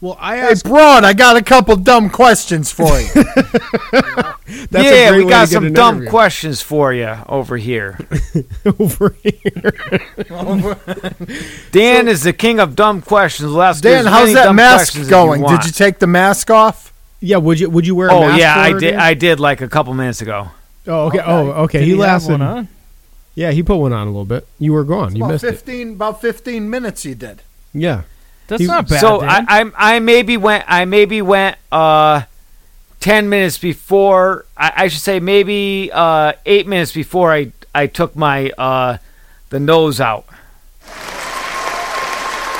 [SPEAKER 1] Well, I
[SPEAKER 3] Hey,
[SPEAKER 1] asked.
[SPEAKER 3] broad, I got a couple dumb questions for you.
[SPEAKER 1] That's a
[SPEAKER 2] yeah,
[SPEAKER 1] great
[SPEAKER 2] we
[SPEAKER 1] way
[SPEAKER 2] got
[SPEAKER 1] to get
[SPEAKER 2] some
[SPEAKER 1] an
[SPEAKER 2] dumb
[SPEAKER 1] interview.
[SPEAKER 2] questions for you over here.
[SPEAKER 1] over here.
[SPEAKER 2] Dan is the king of dumb questions. We'll ask you
[SPEAKER 3] Dan,
[SPEAKER 2] as
[SPEAKER 3] how's
[SPEAKER 2] many
[SPEAKER 3] that
[SPEAKER 2] dumb
[SPEAKER 3] mask
[SPEAKER 2] questions as
[SPEAKER 3] going?
[SPEAKER 2] want.
[SPEAKER 3] Did you take the mask off?
[SPEAKER 1] Yeah, would you would you wear? A
[SPEAKER 2] Oh
[SPEAKER 1] mask
[SPEAKER 2] yeah,
[SPEAKER 1] for
[SPEAKER 2] I
[SPEAKER 1] her,
[SPEAKER 2] did.
[SPEAKER 1] dude?
[SPEAKER 2] I did like a couple minutes ago.
[SPEAKER 1] oh okay. Oh okay.
[SPEAKER 4] Did
[SPEAKER 1] He
[SPEAKER 4] he have
[SPEAKER 1] lasted.
[SPEAKER 4] one on?
[SPEAKER 1] Yeah, he put one on a little bit. You were gone. You
[SPEAKER 3] About
[SPEAKER 1] missed it.
[SPEAKER 3] fifteen, about fifteen minutes. You did.
[SPEAKER 1] Yeah.
[SPEAKER 4] That's
[SPEAKER 1] He-
[SPEAKER 4] not bad.
[SPEAKER 2] so
[SPEAKER 4] Dan.
[SPEAKER 2] I, I I maybe went I maybe went uh ten minutes before I, I should say maybe uh eight minutes before I I took my uh the nose out.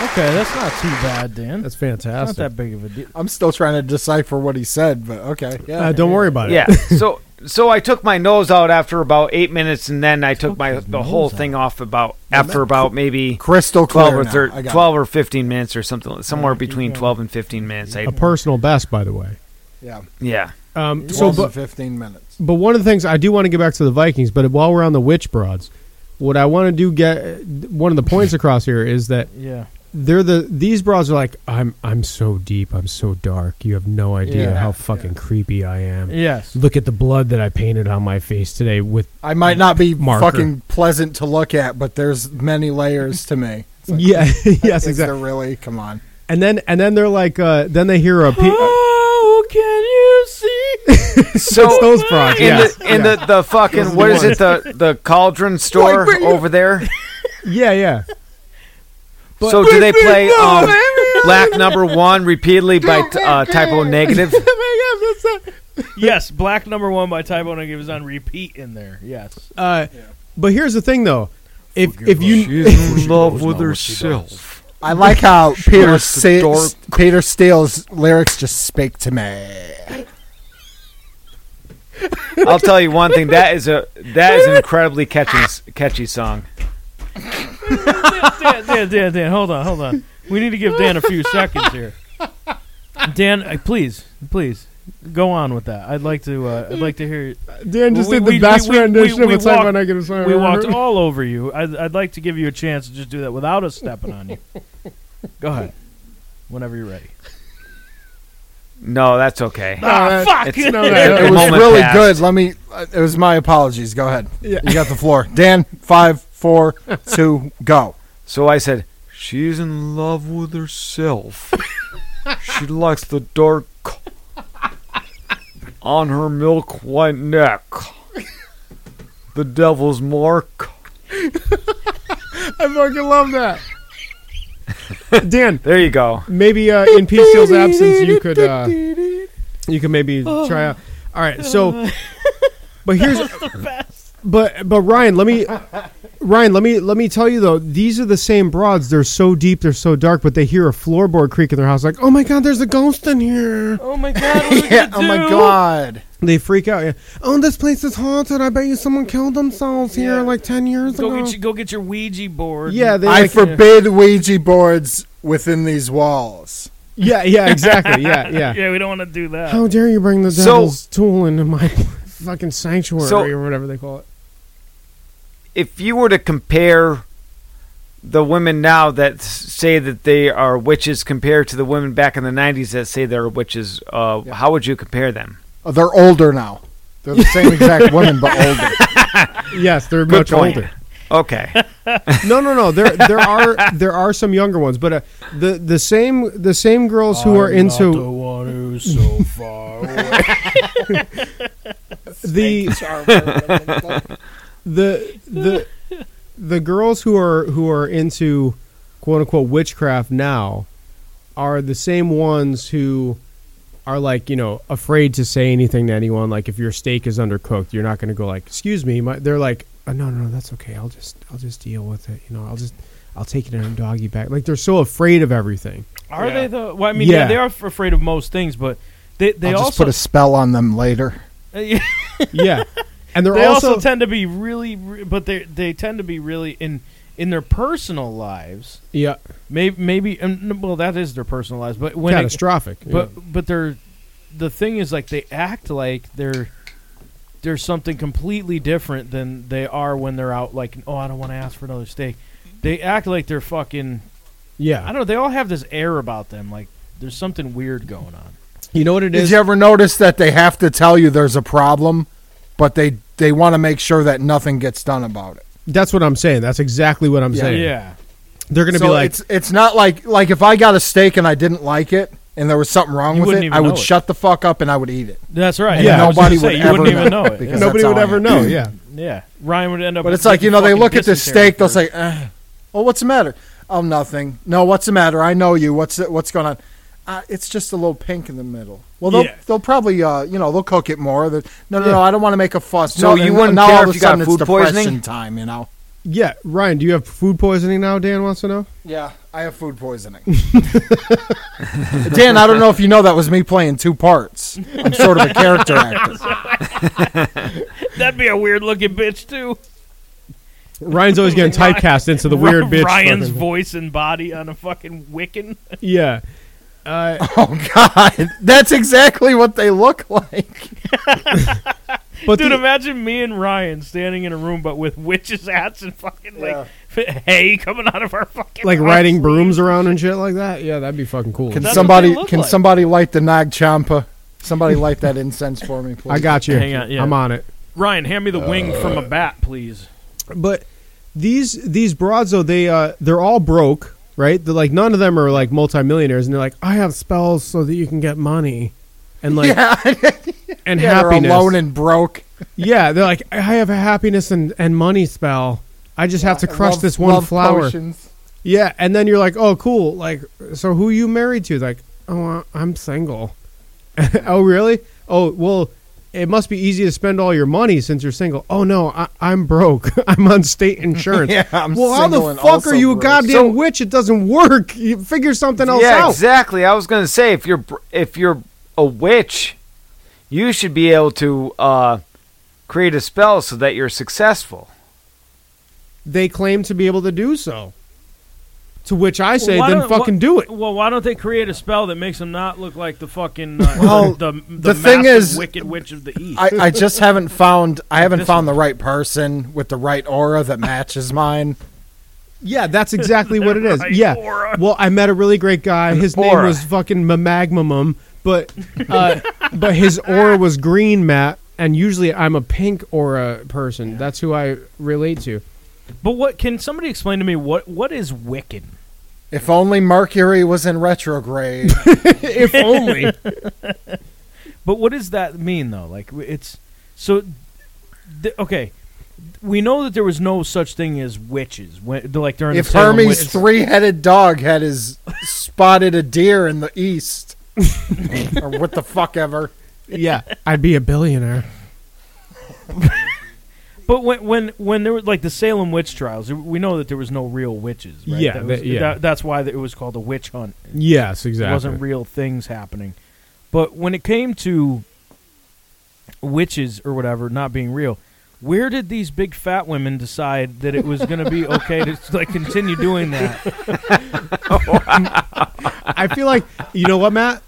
[SPEAKER 4] okay, that's not too bad, Dan.
[SPEAKER 1] That's
[SPEAKER 4] It's
[SPEAKER 1] fantastic.
[SPEAKER 4] not that big of a deal.
[SPEAKER 3] I'm still trying to decipher what he said, but okay. Yeah.
[SPEAKER 1] uh, don't worry about it.
[SPEAKER 2] Yeah. so so I took my nose out after about eight minutes, and then I took my
[SPEAKER 4] your
[SPEAKER 2] the whole
[SPEAKER 4] nose
[SPEAKER 2] thing off about after about maybe
[SPEAKER 3] Crystal clear.
[SPEAKER 2] twelve or
[SPEAKER 3] now. I
[SPEAKER 2] thir-
[SPEAKER 3] got
[SPEAKER 2] twelve or fifteen minutes or something somewhere between
[SPEAKER 4] going.
[SPEAKER 2] twelve and fifteen minutes. I,
[SPEAKER 1] A personal best, by the way.
[SPEAKER 3] it. Yeah.
[SPEAKER 2] yeah.
[SPEAKER 1] Um, so,
[SPEAKER 3] Twelve to
[SPEAKER 1] but,
[SPEAKER 3] fifteen minutes.
[SPEAKER 1] but one of the things I do want to get back to the Vikings, but while we're on the witch broads, what I want to do get one of the points across here is that
[SPEAKER 4] Yeah.
[SPEAKER 1] they're the these broads are like I'm I'm so deep, I'm so dark. You have no idea
[SPEAKER 4] Yeah.
[SPEAKER 1] how fucking creepy I am.
[SPEAKER 4] Yes.
[SPEAKER 1] Look at the blood that I painted on my face today with
[SPEAKER 3] I might not be
[SPEAKER 1] Marker.
[SPEAKER 3] fucking pleasant to look at, but there's many layers to me. It's like,
[SPEAKER 1] yeah, yes,
[SPEAKER 3] is
[SPEAKER 1] exactly.
[SPEAKER 3] there really? Come on.
[SPEAKER 1] And then and then they're like, uh, then they hear a pe-
[SPEAKER 4] Oh, can you see?
[SPEAKER 2] So
[SPEAKER 1] it's those broads.
[SPEAKER 2] in
[SPEAKER 1] Yeah,
[SPEAKER 2] the in the, the fucking
[SPEAKER 1] the
[SPEAKER 2] what is
[SPEAKER 1] one.
[SPEAKER 2] it the the cauldron store
[SPEAKER 3] bring it-
[SPEAKER 2] over there?
[SPEAKER 1] yeah, yeah.
[SPEAKER 2] so do they
[SPEAKER 1] Bring me
[SPEAKER 2] play
[SPEAKER 1] no
[SPEAKER 2] um,
[SPEAKER 1] baby.
[SPEAKER 2] Black Number One repeatedly by t- uh, typo negative?
[SPEAKER 4] yes, Black Number One by Tybo Negative is on repeat in there. Yes.
[SPEAKER 1] Uh, But here's the thing, though. If if you
[SPEAKER 2] in love with herself.
[SPEAKER 3] I like how Peter
[SPEAKER 2] wants the
[SPEAKER 3] Sta-
[SPEAKER 2] dark-
[SPEAKER 3] Peter Steele's lyrics just speak to me.
[SPEAKER 2] I'll tell you one thing. That is a that is an incredibly catchy catchy song.
[SPEAKER 4] Dan, Dan, Dan, Dan, hold on, hold on. We need to give Dan a few seconds here. Dan, uh, please, please go on with that. I'd like to. Uh, I'd like to hear.
[SPEAKER 1] Dan just
[SPEAKER 4] We-
[SPEAKER 1] did the
[SPEAKER 4] we-
[SPEAKER 1] best
[SPEAKER 4] we- we-
[SPEAKER 1] rendition
[SPEAKER 4] we- we
[SPEAKER 1] of a typo
[SPEAKER 4] walked-
[SPEAKER 1] negative song.
[SPEAKER 4] We
[SPEAKER 1] I've ever
[SPEAKER 4] walked
[SPEAKER 1] heard.
[SPEAKER 4] all over you. I'd, I'd like to give you a chance to just do that without us stepping on you. Go ahead, whenever you're ready.
[SPEAKER 2] No, that's okay.
[SPEAKER 1] Ah,
[SPEAKER 4] fuck!
[SPEAKER 2] It's,
[SPEAKER 1] no,
[SPEAKER 2] it's
[SPEAKER 1] no,
[SPEAKER 2] a
[SPEAKER 1] The
[SPEAKER 3] It was
[SPEAKER 2] moment
[SPEAKER 3] really
[SPEAKER 2] passed.
[SPEAKER 3] good. Let me. uh, It was my apologies. Go ahead.
[SPEAKER 1] Yeah.
[SPEAKER 3] You got the floor, Dan. Five, four, two, go.
[SPEAKER 2] So I said, She's in love with herself. she likes the dark on her milk white neck. The devil's mark.
[SPEAKER 1] I fucking love that. Dan,
[SPEAKER 2] There you go.
[SPEAKER 1] maybe uh, in Peace Steel's absence, you could uh, you could maybe try out. All right, so but here's but but Ryan, let me Ryan, let me let me tell you though, these are the same broads. They're so deep, they're so dark, but they hear a floorboard creak in their house, like, oh my god, there's a ghost in here.
[SPEAKER 4] Oh my god!
[SPEAKER 3] Yeah. Oh my God.
[SPEAKER 1] They freak out. Yeah. Oh, this place is haunted. I bet you someone killed themselves here like ten years
[SPEAKER 4] Go
[SPEAKER 1] ago.
[SPEAKER 4] get your go get your Ouija board.
[SPEAKER 1] yeah, they
[SPEAKER 3] I
[SPEAKER 1] like-
[SPEAKER 3] forbid Ouija boards within these walls.
[SPEAKER 1] Yeah, yeah, exactly. Yeah, yeah.
[SPEAKER 4] yeah, we don't want to do that.
[SPEAKER 1] How dare you bring the
[SPEAKER 2] So-
[SPEAKER 1] devil's tool into my fucking sanctuary
[SPEAKER 2] So-
[SPEAKER 1] or whatever they call it?
[SPEAKER 2] If you were to compare the women now that s- say that they are witches compared to the women back in the 90s that say they're witches, uh, how would you compare them?
[SPEAKER 3] Oh, They're older now. They're the same exact women, but older.
[SPEAKER 1] Yes, they're much
[SPEAKER 2] Good point.
[SPEAKER 1] older.
[SPEAKER 2] Okay.
[SPEAKER 1] No, no, no. There, there are there are some younger ones, but uh, the the same the same girls who are into
[SPEAKER 4] one who's so far away.
[SPEAKER 1] the the the the girls who are who are into quote unquote witchcraft now are the same ones who are like you know afraid to say anything to anyone like if your steak is undercooked you're not going to go like excuse me my, they're like oh, no no no that's okay i'll just i'll just deal with it you know i'll just i'll take it in a doggy bag like they're so afraid of everything
[SPEAKER 4] Are
[SPEAKER 2] Yeah.
[SPEAKER 4] they though? Well, I mean, yeah.
[SPEAKER 1] Yeah.
[SPEAKER 4] they are f- afraid of most things, but they they
[SPEAKER 3] I'll just
[SPEAKER 4] also
[SPEAKER 3] put a spell on them later.
[SPEAKER 4] they
[SPEAKER 1] yeah and they're
[SPEAKER 4] also,
[SPEAKER 1] also,
[SPEAKER 4] tend to be really, re- but they they tend to be really in in their personal lives.
[SPEAKER 1] yeah
[SPEAKER 4] Maybe maybe um, well that is their personal lives, but when it,
[SPEAKER 1] catastrophic
[SPEAKER 4] but but they're the thing is like they act like they're they're something completely different than they are when they're out like, oh, I don't want to ask for another steak. They act like they're fucking. I
[SPEAKER 1] Yeah.
[SPEAKER 4] don't know. They all have this air about them. Like there's something weird going on.
[SPEAKER 1] You know what it
[SPEAKER 3] Did
[SPEAKER 1] is?
[SPEAKER 3] you ever notice that they have to tell you there's a problem, but they they want to make sure that nothing gets done about it?
[SPEAKER 1] That's what I'm saying. That's exactly what I'm saying.
[SPEAKER 4] Yeah.
[SPEAKER 1] They're going to
[SPEAKER 3] so
[SPEAKER 1] be like,
[SPEAKER 3] it's it's not like like if I got a steak and I didn't like it and there was something wrong
[SPEAKER 4] You
[SPEAKER 3] with
[SPEAKER 4] wouldn't
[SPEAKER 3] it,
[SPEAKER 4] even
[SPEAKER 3] I would
[SPEAKER 4] know it.
[SPEAKER 3] shut the fuck up and I would eat it.
[SPEAKER 4] That's right.
[SPEAKER 3] And
[SPEAKER 1] Yeah,
[SPEAKER 4] I was
[SPEAKER 3] nobody
[SPEAKER 4] gonna
[SPEAKER 3] would
[SPEAKER 4] say,
[SPEAKER 3] ever
[SPEAKER 4] you wouldn't even know it.
[SPEAKER 3] because
[SPEAKER 4] Yeah.
[SPEAKER 1] nobody
[SPEAKER 3] that's
[SPEAKER 1] would
[SPEAKER 3] how I
[SPEAKER 1] ever
[SPEAKER 3] am.
[SPEAKER 1] know. Yeah.
[SPEAKER 4] Yeah. Ryan would end up.
[SPEAKER 3] But it's like you know they
[SPEAKER 4] fucking
[SPEAKER 3] look at this
[SPEAKER 4] dysentery
[SPEAKER 3] steak, they'll
[SPEAKER 4] for-
[SPEAKER 3] say, eh, "Well, what's the matter?" "Oh, nothing." "No, what's the matter?" "I know you." "What's what's going on?" Uh, it's just a little pink in the middle. Well, they'll
[SPEAKER 4] Yeah.
[SPEAKER 3] they'll probably uh, you know they'll cook it more. They're, no, no, no, I don't want to make a fuss.
[SPEAKER 2] So
[SPEAKER 3] no,
[SPEAKER 2] you
[SPEAKER 3] and
[SPEAKER 2] wouldn't
[SPEAKER 3] now
[SPEAKER 2] care
[SPEAKER 3] all
[SPEAKER 2] if
[SPEAKER 3] of a
[SPEAKER 2] you got
[SPEAKER 3] sudden it's
[SPEAKER 2] food
[SPEAKER 3] depression
[SPEAKER 2] poisoning?
[SPEAKER 3] time, you know?
[SPEAKER 1] yeah, Ryan, do you have food poisoning now? Dan wants to know.
[SPEAKER 3] Yeah, I have food poisoning. Dan, I don't know if you know that was me playing two parts. I'm sort of a character actor.
[SPEAKER 4] That'd be a weird looking bitch too.
[SPEAKER 1] Ryan's always getting typecast into the weird bitch.
[SPEAKER 4] Ryan's
[SPEAKER 1] fucking-
[SPEAKER 4] voice and body on a fucking Wiccan.
[SPEAKER 1] Yeah. Uh,
[SPEAKER 3] Oh God, that's exactly what they look like.
[SPEAKER 1] but
[SPEAKER 4] Dude,
[SPEAKER 1] the-
[SPEAKER 4] imagine me and Ryan standing in a room, but with witches' hats and fucking
[SPEAKER 3] Yeah.
[SPEAKER 4] like f- hay coming out of our fucking
[SPEAKER 1] like
[SPEAKER 4] arse
[SPEAKER 1] riding brooms
[SPEAKER 4] sleeves.
[SPEAKER 1] around and shit like that. Yeah, that'd be fucking cool.
[SPEAKER 3] Can
[SPEAKER 4] That's what
[SPEAKER 3] somebody
[SPEAKER 4] they look
[SPEAKER 3] can
[SPEAKER 4] like.
[SPEAKER 3] somebody light the Nag Champa? Somebody light that incense for me, please.
[SPEAKER 1] I got you.
[SPEAKER 4] Hang on, yeah.
[SPEAKER 1] I'm on it.
[SPEAKER 4] Ryan, hand me the wing
[SPEAKER 1] Uh,
[SPEAKER 4] from a bat, please.
[SPEAKER 1] But these these broads though they uh they're all broke, right? They're like none of them are like multimillionaires, and they're like, I have spells so that you can get money, and like
[SPEAKER 3] yeah,
[SPEAKER 1] and
[SPEAKER 3] yeah, they're
[SPEAKER 1] happiness.
[SPEAKER 3] alone and broke.
[SPEAKER 1] yeah, they're like, I have a happiness and and money spell. I just have to crush
[SPEAKER 3] Love-
[SPEAKER 1] this one
[SPEAKER 3] love
[SPEAKER 1] flower.
[SPEAKER 3] potions.
[SPEAKER 1] Yeah, and then you're like, oh, cool. Like, so who you married to? Like, oh, I- I'm single. oh, really? Oh, well, it must be easy to spend all your money since you're single. Oh no, I, I'm broke. I'm on state insurance.
[SPEAKER 3] Yeah, I'm
[SPEAKER 1] well, how
[SPEAKER 3] single
[SPEAKER 1] the
[SPEAKER 3] and
[SPEAKER 1] fuck
[SPEAKER 3] also
[SPEAKER 1] are you a
[SPEAKER 3] broke.
[SPEAKER 1] goddamn
[SPEAKER 2] So-
[SPEAKER 1] witch? It doesn't work. You figure something else
[SPEAKER 2] yeah,
[SPEAKER 1] out.
[SPEAKER 2] exactly. I was gonna say if you're br- if you're a witch, you should be able to uh, create a spell so that you're successful.
[SPEAKER 1] They claim to be able to do so. To which I say,
[SPEAKER 4] Why
[SPEAKER 1] then
[SPEAKER 4] don't-
[SPEAKER 1] fucking
[SPEAKER 4] wha-
[SPEAKER 1] do it.
[SPEAKER 4] Well, why don't they create a spell that makes them not look like the fucking uh,
[SPEAKER 3] Well,
[SPEAKER 4] the, the,
[SPEAKER 3] the thing
[SPEAKER 4] massive
[SPEAKER 3] is-
[SPEAKER 4] wicked witch of the east?
[SPEAKER 3] I, I just haven't found I haven't
[SPEAKER 4] This
[SPEAKER 3] found the right person with the right aura that matches mine.
[SPEAKER 1] Yeah, that's exactly what it is.
[SPEAKER 4] Right,
[SPEAKER 1] yeah.
[SPEAKER 4] aura.
[SPEAKER 1] Well, I met a really great guy. His name
[SPEAKER 2] aura.
[SPEAKER 1] was fucking Mamagmamum, but uh, but his aura was green, Matt. And usually I'm a pink aura person. That's who I relate to.
[SPEAKER 4] but what can somebody explain to me what what is Wiccan?
[SPEAKER 3] If only Mercury was in retrograde.
[SPEAKER 1] if only.
[SPEAKER 4] But what does that mean though? Like w- it's so th- okay. We know that there was no such thing as witches. When, like during
[SPEAKER 3] if
[SPEAKER 4] the Salem
[SPEAKER 3] Hermes'
[SPEAKER 4] witch-
[SPEAKER 3] three-headed dog had his spotted a deer in the east, or what the fuck ever.
[SPEAKER 1] Yeah, I'd be a billionaire.
[SPEAKER 4] But when when when there were like the Salem witch trials, we know that there was no real witches. Right?
[SPEAKER 1] Yeah,
[SPEAKER 4] that was,
[SPEAKER 1] that- yeah.
[SPEAKER 4] that- that's why it was called a witch hunt.
[SPEAKER 1] Yes,
[SPEAKER 4] It
[SPEAKER 1] exactly.
[SPEAKER 4] wasn't real things happening. But when it came to witches or whatever not being real, where did these big fat women decide that it was going to be okay to like continue doing that?
[SPEAKER 1] I feel like you know what, Matt.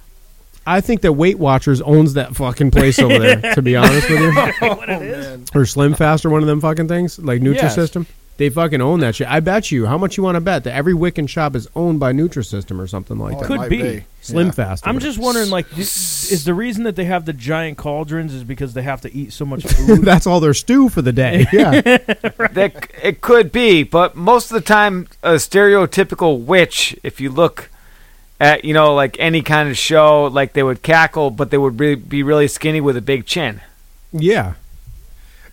[SPEAKER 1] I think that Weight Watchers owns that fucking place over there. To be honest with you. or Slim Fast or one of them fucking things, like
[SPEAKER 4] Yes.
[SPEAKER 1] Nutrisystem. They fucking own that shit. I bet you. How much you want to bet that every Wiccan shop is owned by Nutrisystem or something like that?
[SPEAKER 4] Could
[SPEAKER 3] might
[SPEAKER 4] be.
[SPEAKER 1] Slim
[SPEAKER 3] yeah.
[SPEAKER 1] Fast. or
[SPEAKER 4] I'm
[SPEAKER 1] whatever.
[SPEAKER 4] just wondering, like, d- is the reason that they have the giant cauldrons is because they have to eat so much food?
[SPEAKER 1] That's all their stew for the day. Yeah.
[SPEAKER 2] That c- it could be, but most of the time, a stereotypical witch, if you look at you know like any kind of show, like they would cackle, but they would really be really skinny with a big chin.
[SPEAKER 1] yeah.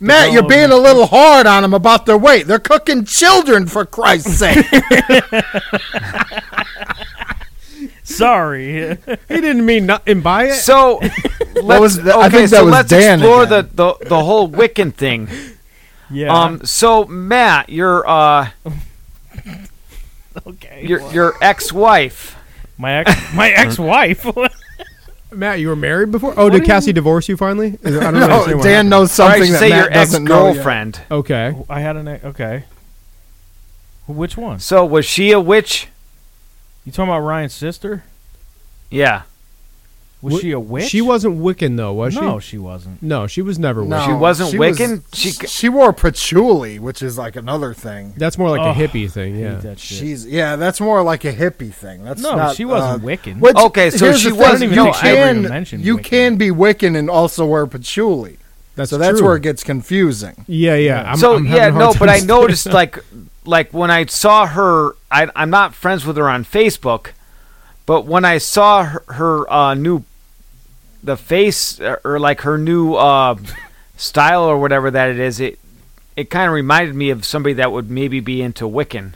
[SPEAKER 3] Matt, you're being a little hard on them about their weight. They're cooking children for Christ's sake.
[SPEAKER 4] Sorry,
[SPEAKER 1] He didn't mean nothing by it.
[SPEAKER 2] So let's
[SPEAKER 3] was that?
[SPEAKER 2] okay,
[SPEAKER 3] I think that
[SPEAKER 2] so
[SPEAKER 3] was
[SPEAKER 2] let's
[SPEAKER 3] Dan
[SPEAKER 2] explore the,
[SPEAKER 3] again.
[SPEAKER 2] the the whole Wiccan thing.
[SPEAKER 4] yeah,
[SPEAKER 2] Um, so Matt, your uh
[SPEAKER 4] okay.
[SPEAKER 2] your your ex-wife.
[SPEAKER 4] my ex, my ex-wife.
[SPEAKER 1] Matt, you were married before? Oh, did Cassie divorce you finally? I don't really understand
[SPEAKER 3] No,
[SPEAKER 1] what
[SPEAKER 3] Dan
[SPEAKER 1] happened.
[SPEAKER 3] knows
[SPEAKER 2] Or I
[SPEAKER 3] something
[SPEAKER 2] should
[SPEAKER 3] that
[SPEAKER 2] say
[SPEAKER 3] Matt
[SPEAKER 2] your
[SPEAKER 3] doesn't know. yet.
[SPEAKER 2] ex-girlfriend.
[SPEAKER 1] Okay.
[SPEAKER 4] I had an ex- okay. Which one?
[SPEAKER 2] So was she a witch?
[SPEAKER 4] You talking about Ryan's sister?
[SPEAKER 2] Yeah.
[SPEAKER 4] Was
[SPEAKER 1] Wi-
[SPEAKER 4] she a witch?
[SPEAKER 1] She wasn't Wiccan though, was she?
[SPEAKER 4] No, she wasn't.
[SPEAKER 1] No, she was never
[SPEAKER 3] No,
[SPEAKER 1] Wiccan.
[SPEAKER 2] She wasn't Wiccan?
[SPEAKER 3] She
[SPEAKER 2] She-
[SPEAKER 3] she wore patchouli, which is like another thing.
[SPEAKER 1] That's more like a
[SPEAKER 4] Ugh,
[SPEAKER 1] hippie thing.
[SPEAKER 4] I hate
[SPEAKER 1] Yeah.
[SPEAKER 4] that shit.
[SPEAKER 3] She's yeah, that's more like a hippie thing. That's
[SPEAKER 4] No,
[SPEAKER 3] not,
[SPEAKER 4] she wasn't
[SPEAKER 3] uh,
[SPEAKER 4] Wiccan.
[SPEAKER 3] which-
[SPEAKER 2] Okay, so
[SPEAKER 3] here's
[SPEAKER 2] she
[SPEAKER 3] the thing,
[SPEAKER 2] wasn't-
[SPEAKER 3] You
[SPEAKER 2] no, I
[SPEAKER 4] never
[SPEAKER 3] can
[SPEAKER 4] even mentioned
[SPEAKER 3] you
[SPEAKER 4] Wiccan.
[SPEAKER 3] can be Wiccan and also wear patchouli.
[SPEAKER 1] That's
[SPEAKER 3] so that's
[SPEAKER 1] true.
[SPEAKER 3] where it gets confusing.
[SPEAKER 1] Yeah, yeah. I'm,
[SPEAKER 2] so
[SPEAKER 1] I'm having
[SPEAKER 2] yeah,
[SPEAKER 1] a hard
[SPEAKER 2] no,
[SPEAKER 1] time
[SPEAKER 2] but I
[SPEAKER 1] saying-
[SPEAKER 2] noticed like like when I saw her, I, I'm not friends with her on Facebook, but when I saw her, her uh, new the face uh, or like her new uh, style or whatever that it is, it it kind of reminded me of somebody that would maybe be into Wiccan.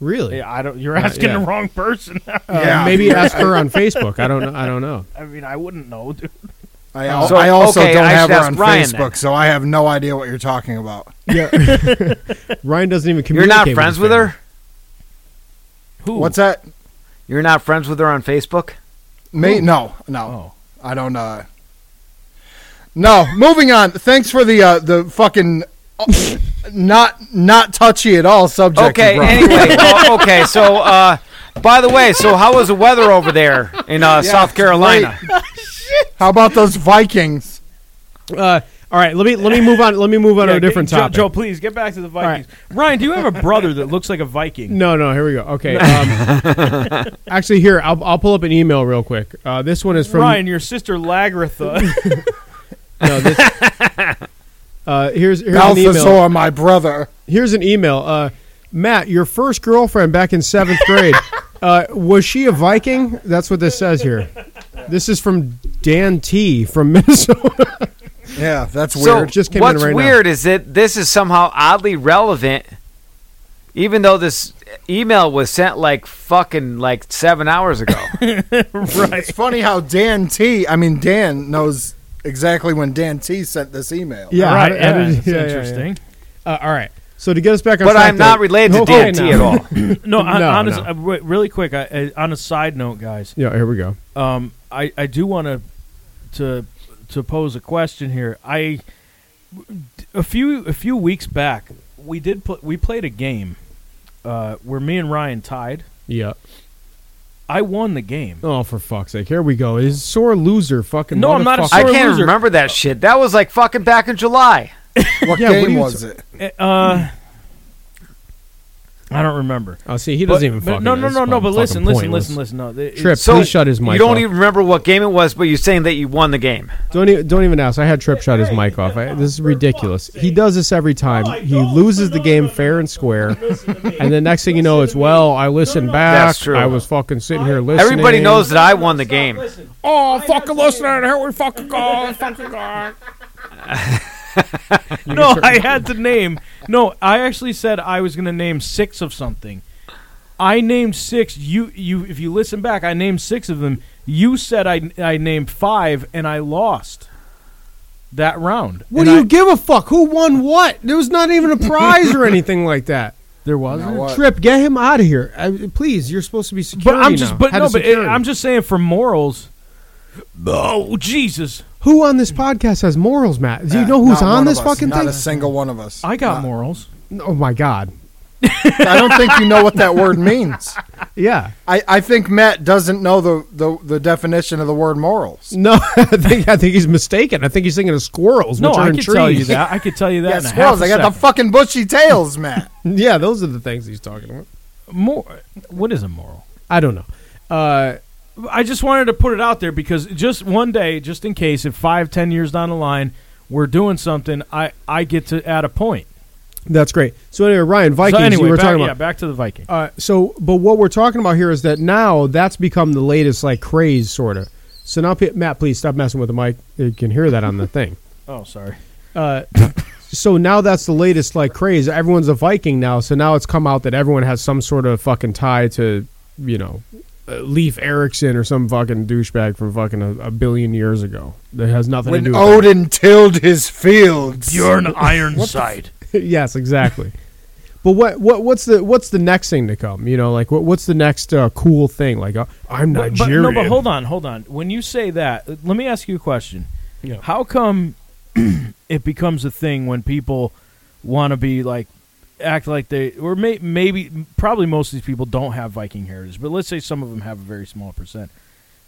[SPEAKER 1] really.
[SPEAKER 4] Yeah, I don't. You're
[SPEAKER 1] Uh,
[SPEAKER 4] asking
[SPEAKER 1] yeah.
[SPEAKER 4] the wrong person.
[SPEAKER 1] Uh,
[SPEAKER 3] Yeah.
[SPEAKER 1] Maybe ask her on Facebook. I don't know. I don't know.
[SPEAKER 4] I mean, I wouldn't know, dude.
[SPEAKER 3] I, al-
[SPEAKER 2] So,
[SPEAKER 3] I also
[SPEAKER 2] okay,
[SPEAKER 3] don't
[SPEAKER 2] I
[SPEAKER 3] have
[SPEAKER 2] should
[SPEAKER 3] her
[SPEAKER 2] ask
[SPEAKER 3] on
[SPEAKER 2] Brian
[SPEAKER 3] Facebook,
[SPEAKER 2] then.
[SPEAKER 3] so I have no idea what you're talking about.
[SPEAKER 1] Yeah. Ryan doesn't even
[SPEAKER 2] You're
[SPEAKER 1] communicate.
[SPEAKER 2] not friends
[SPEAKER 1] his
[SPEAKER 2] with her.
[SPEAKER 4] Who?
[SPEAKER 3] What's that?
[SPEAKER 2] You're not friends with her on Facebook.
[SPEAKER 3] Me? No, no,
[SPEAKER 4] Oh,
[SPEAKER 3] I don't. Uh, no, moving on. Thanks for the uh, the fucking uh, not not touchy at all subject.
[SPEAKER 2] Okay.
[SPEAKER 3] Brian.
[SPEAKER 2] Anyway, oh, okay. So, uh, by the way, so how was the weather over there in uh, South Carolina?
[SPEAKER 3] How about those Vikings?
[SPEAKER 1] family. Uh, all right. Let me let me move on. Let me move on to a different
[SPEAKER 4] Joe,
[SPEAKER 1] topic.
[SPEAKER 4] Joe, please get back to the Vikings. Ryan, do you have a brother that looks like a Viking?
[SPEAKER 1] No, no, here we go. Okay. Um, actually, here, I'll, I'll pull up an email real quick. Uh, this one is from.
[SPEAKER 4] Ryan, your sister Lagritha.
[SPEAKER 1] No, this, uh, here's, here's an email.
[SPEAKER 3] Balthazar, my brother.
[SPEAKER 1] Here's an email. Uh, Matt, your first girlfriend back in seventh grade, uh, was she a Viking? That's what this says here. This is from Dan T from Minnesota.
[SPEAKER 3] Yeah, that's
[SPEAKER 2] So
[SPEAKER 3] weird.
[SPEAKER 1] Just came in
[SPEAKER 2] what's
[SPEAKER 1] right now.
[SPEAKER 2] weird is that this is somehow oddly relevant, even though this email was sent like fucking like seven hours ago.
[SPEAKER 4] right.
[SPEAKER 3] It's funny how Dan T. I mean Dan knows exactly when Dan T. sent this email.
[SPEAKER 1] Yeah,
[SPEAKER 4] right.
[SPEAKER 1] how did- how
[SPEAKER 4] yeah,
[SPEAKER 1] did-
[SPEAKER 4] that's
[SPEAKER 1] yeah, yeah, yeah.
[SPEAKER 4] interesting.
[SPEAKER 1] Uh, all right. So to get us back on
[SPEAKER 2] but
[SPEAKER 1] track,
[SPEAKER 2] I'm not
[SPEAKER 1] though-
[SPEAKER 2] related to
[SPEAKER 1] Okay,
[SPEAKER 2] DNT
[SPEAKER 1] now.
[SPEAKER 2] at all.
[SPEAKER 4] No, on,
[SPEAKER 1] No,
[SPEAKER 4] honest-
[SPEAKER 1] no.
[SPEAKER 4] uh, wait, really quick. I, I, on a side note, guys,
[SPEAKER 1] Yeah, here we go.
[SPEAKER 4] um, I, I do want to to to pose a question here. I a few a few weeks back we did pl- we played a game uh, where me and Ryan tied.
[SPEAKER 1] Yeah.
[SPEAKER 4] I won the game.
[SPEAKER 1] Oh, for fuck's sake. Here we go. Is sore loser fucking
[SPEAKER 4] No, I'm not a
[SPEAKER 1] motherfucker.
[SPEAKER 4] sore
[SPEAKER 2] I
[SPEAKER 4] You're a
[SPEAKER 2] can't
[SPEAKER 4] loser.
[SPEAKER 2] remember that shit. That was like fucking back in July.
[SPEAKER 3] What
[SPEAKER 1] Yeah, what are
[SPEAKER 3] game
[SPEAKER 1] you
[SPEAKER 3] was it?
[SPEAKER 4] Uh, I don't remember.
[SPEAKER 1] Oh, see, he doesn't
[SPEAKER 4] But-
[SPEAKER 1] even
[SPEAKER 4] but
[SPEAKER 1] fucking.
[SPEAKER 4] No, no,
[SPEAKER 1] it's
[SPEAKER 4] no, no.
[SPEAKER 1] fucking-
[SPEAKER 4] But listen,
[SPEAKER 1] fucking
[SPEAKER 4] listen,
[SPEAKER 1] pointless.
[SPEAKER 4] listen, listen. No, it-
[SPEAKER 1] Trip,
[SPEAKER 4] it's-
[SPEAKER 2] So
[SPEAKER 1] please shut his mic.
[SPEAKER 2] You don't
[SPEAKER 1] off.
[SPEAKER 2] even remember what game it was, but you're saying that you won the game.
[SPEAKER 1] Don't even, don't even ask. I had Trip shut his mic off. I, this is ridiculous.
[SPEAKER 4] Oh
[SPEAKER 1] He does this every time. he loses the game fair and square, and the next thing you know, it's well, I listened back.
[SPEAKER 2] That's true.
[SPEAKER 1] I was fucking sitting here listening.
[SPEAKER 2] Everybody knows that I won the game.
[SPEAKER 1] Oh, fucking listening. Here we fucking go. Fucking go.
[SPEAKER 4] no, I had to name. No, I actually said I was going to name six of something. I named six. You, you. If you listen back, I named six of them. You said I, I named five, and I lost that round.
[SPEAKER 1] What do you give a fuck? Who won what? There was not even a prize or anything like that.
[SPEAKER 4] There was.
[SPEAKER 3] Now what?
[SPEAKER 1] Trip, get him out of here, I, please. You're supposed to be
[SPEAKER 4] But
[SPEAKER 1] security
[SPEAKER 4] I'm just.
[SPEAKER 1] now.
[SPEAKER 4] But
[SPEAKER 1] Head
[SPEAKER 4] no.
[SPEAKER 1] of
[SPEAKER 4] But it,
[SPEAKER 1] security.
[SPEAKER 4] I'm just saying for morals. Oh Jesus!
[SPEAKER 1] Who on this podcast has morals, Matt? Do you
[SPEAKER 3] Yeah,
[SPEAKER 1] know who's
[SPEAKER 3] Uh, not one
[SPEAKER 1] on
[SPEAKER 3] of
[SPEAKER 1] this
[SPEAKER 3] us,
[SPEAKER 1] fucking
[SPEAKER 3] not
[SPEAKER 1] thing?
[SPEAKER 3] a single one of us.
[SPEAKER 4] I got
[SPEAKER 3] Not-
[SPEAKER 4] morals.
[SPEAKER 1] oh my god.
[SPEAKER 3] I don't think you know what that word means.
[SPEAKER 1] Yeah.
[SPEAKER 3] I, I think Matt doesn't know the, the, the definition of the word morals.
[SPEAKER 1] No, I think I think he's mistaken. I think he's thinking of squirrels,
[SPEAKER 4] No,
[SPEAKER 1] which are
[SPEAKER 4] I
[SPEAKER 1] in
[SPEAKER 4] could
[SPEAKER 1] trees.
[SPEAKER 4] tell you that. I could tell you that. in
[SPEAKER 3] Yes,
[SPEAKER 4] a half
[SPEAKER 3] squirrels.
[SPEAKER 4] a
[SPEAKER 3] I got the
[SPEAKER 4] second.
[SPEAKER 3] fucking bushy tails, Matt.
[SPEAKER 1] Yeah, those are the things he's talking about.
[SPEAKER 4] Mor- what is a moral?
[SPEAKER 1] I don't know. Uh,
[SPEAKER 4] I just wanted to put it out there because just one day, just in case, if five, ten years down the line we're doing something, I I get to add a point.
[SPEAKER 1] that's great. So anyway, Ryan Vikings.
[SPEAKER 4] so anyway,
[SPEAKER 1] you were
[SPEAKER 4] back,
[SPEAKER 1] talking
[SPEAKER 4] yeah,
[SPEAKER 1] about.
[SPEAKER 4] back to the Viking.
[SPEAKER 1] Uh, so, but what we're talking about here is that now that's become the latest like craze, sort of. So now, pe- Matt, please stop messing with the mic. You can hear that on the thing.
[SPEAKER 4] Oh, sorry.
[SPEAKER 1] Uh, so now that's the latest like craze. Everyone's a Viking now. So now it's come out that everyone has some sort of fucking tie to you know uh, Leif Erikson or some fucking douchebag from fucking a, a billion years ago that has nothing to
[SPEAKER 3] When
[SPEAKER 1] do. with it.
[SPEAKER 3] Odin tilled his fields.
[SPEAKER 4] Bjorn Ironside.
[SPEAKER 1] yes, exactly. But what what what's the what's the next thing to come? You know, like what, what's the next uh, cool thing? Like uh, I'm
[SPEAKER 4] But, but-
[SPEAKER 1] Nigerian.
[SPEAKER 4] no, but hold on, hold on. When you say that, uh, let me ask you a question.
[SPEAKER 1] Yeah.
[SPEAKER 4] How come it becomes a thing when people want to be like act like they or may, maybe probably most of these people don't have Viking heritage, but let's say some of them have a very small percent.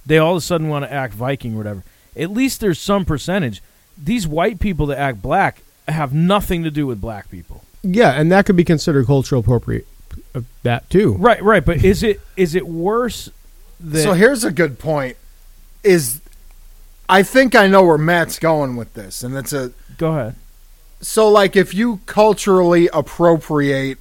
[SPEAKER 4] they all of a sudden want to act Viking or whatever. At least there's some percentage. These white people that act black have nothing to do with black people.
[SPEAKER 1] Yeah, and that could be considered cultural appropriate. uh, That too.
[SPEAKER 4] Right, right. But is it is it worse that
[SPEAKER 3] so here's a good point. Is I think I know where Matt's going with this, and it's a
[SPEAKER 4] go ahead.
[SPEAKER 3] so like if you culturally appropriate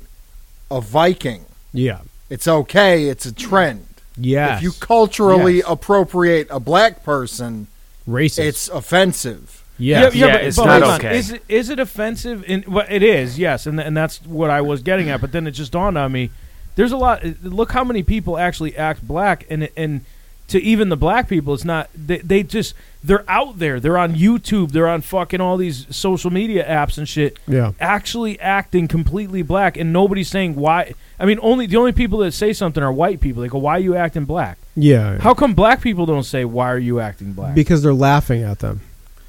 [SPEAKER 3] a Viking,
[SPEAKER 1] Yeah.
[SPEAKER 3] it's okay. It's a trend.
[SPEAKER 1] Yes.
[SPEAKER 3] If you culturally
[SPEAKER 1] Yes.
[SPEAKER 3] appropriate a black person,
[SPEAKER 1] Racist.
[SPEAKER 3] it's offensive.
[SPEAKER 1] yes.
[SPEAKER 2] Yeah, it's not
[SPEAKER 4] hold on.
[SPEAKER 2] okay.
[SPEAKER 4] Is it, is it offensive? In, well, it is, yes, and and that's what I was getting at. But then it just dawned on me. There's a lot. Look how many people actually act black, and and to even the black people, it's not. They, they just they're out there. They're on YouTube. They're on fucking all these social media apps and shit.
[SPEAKER 1] Yeah.
[SPEAKER 4] actually acting completely black, and nobody's saying why. I mean, only the only people that say something are white people. They go, "Why are you acting black?"
[SPEAKER 1] Yeah.
[SPEAKER 4] How come black people don't say, "Why are you acting black?"
[SPEAKER 1] because they're laughing at them.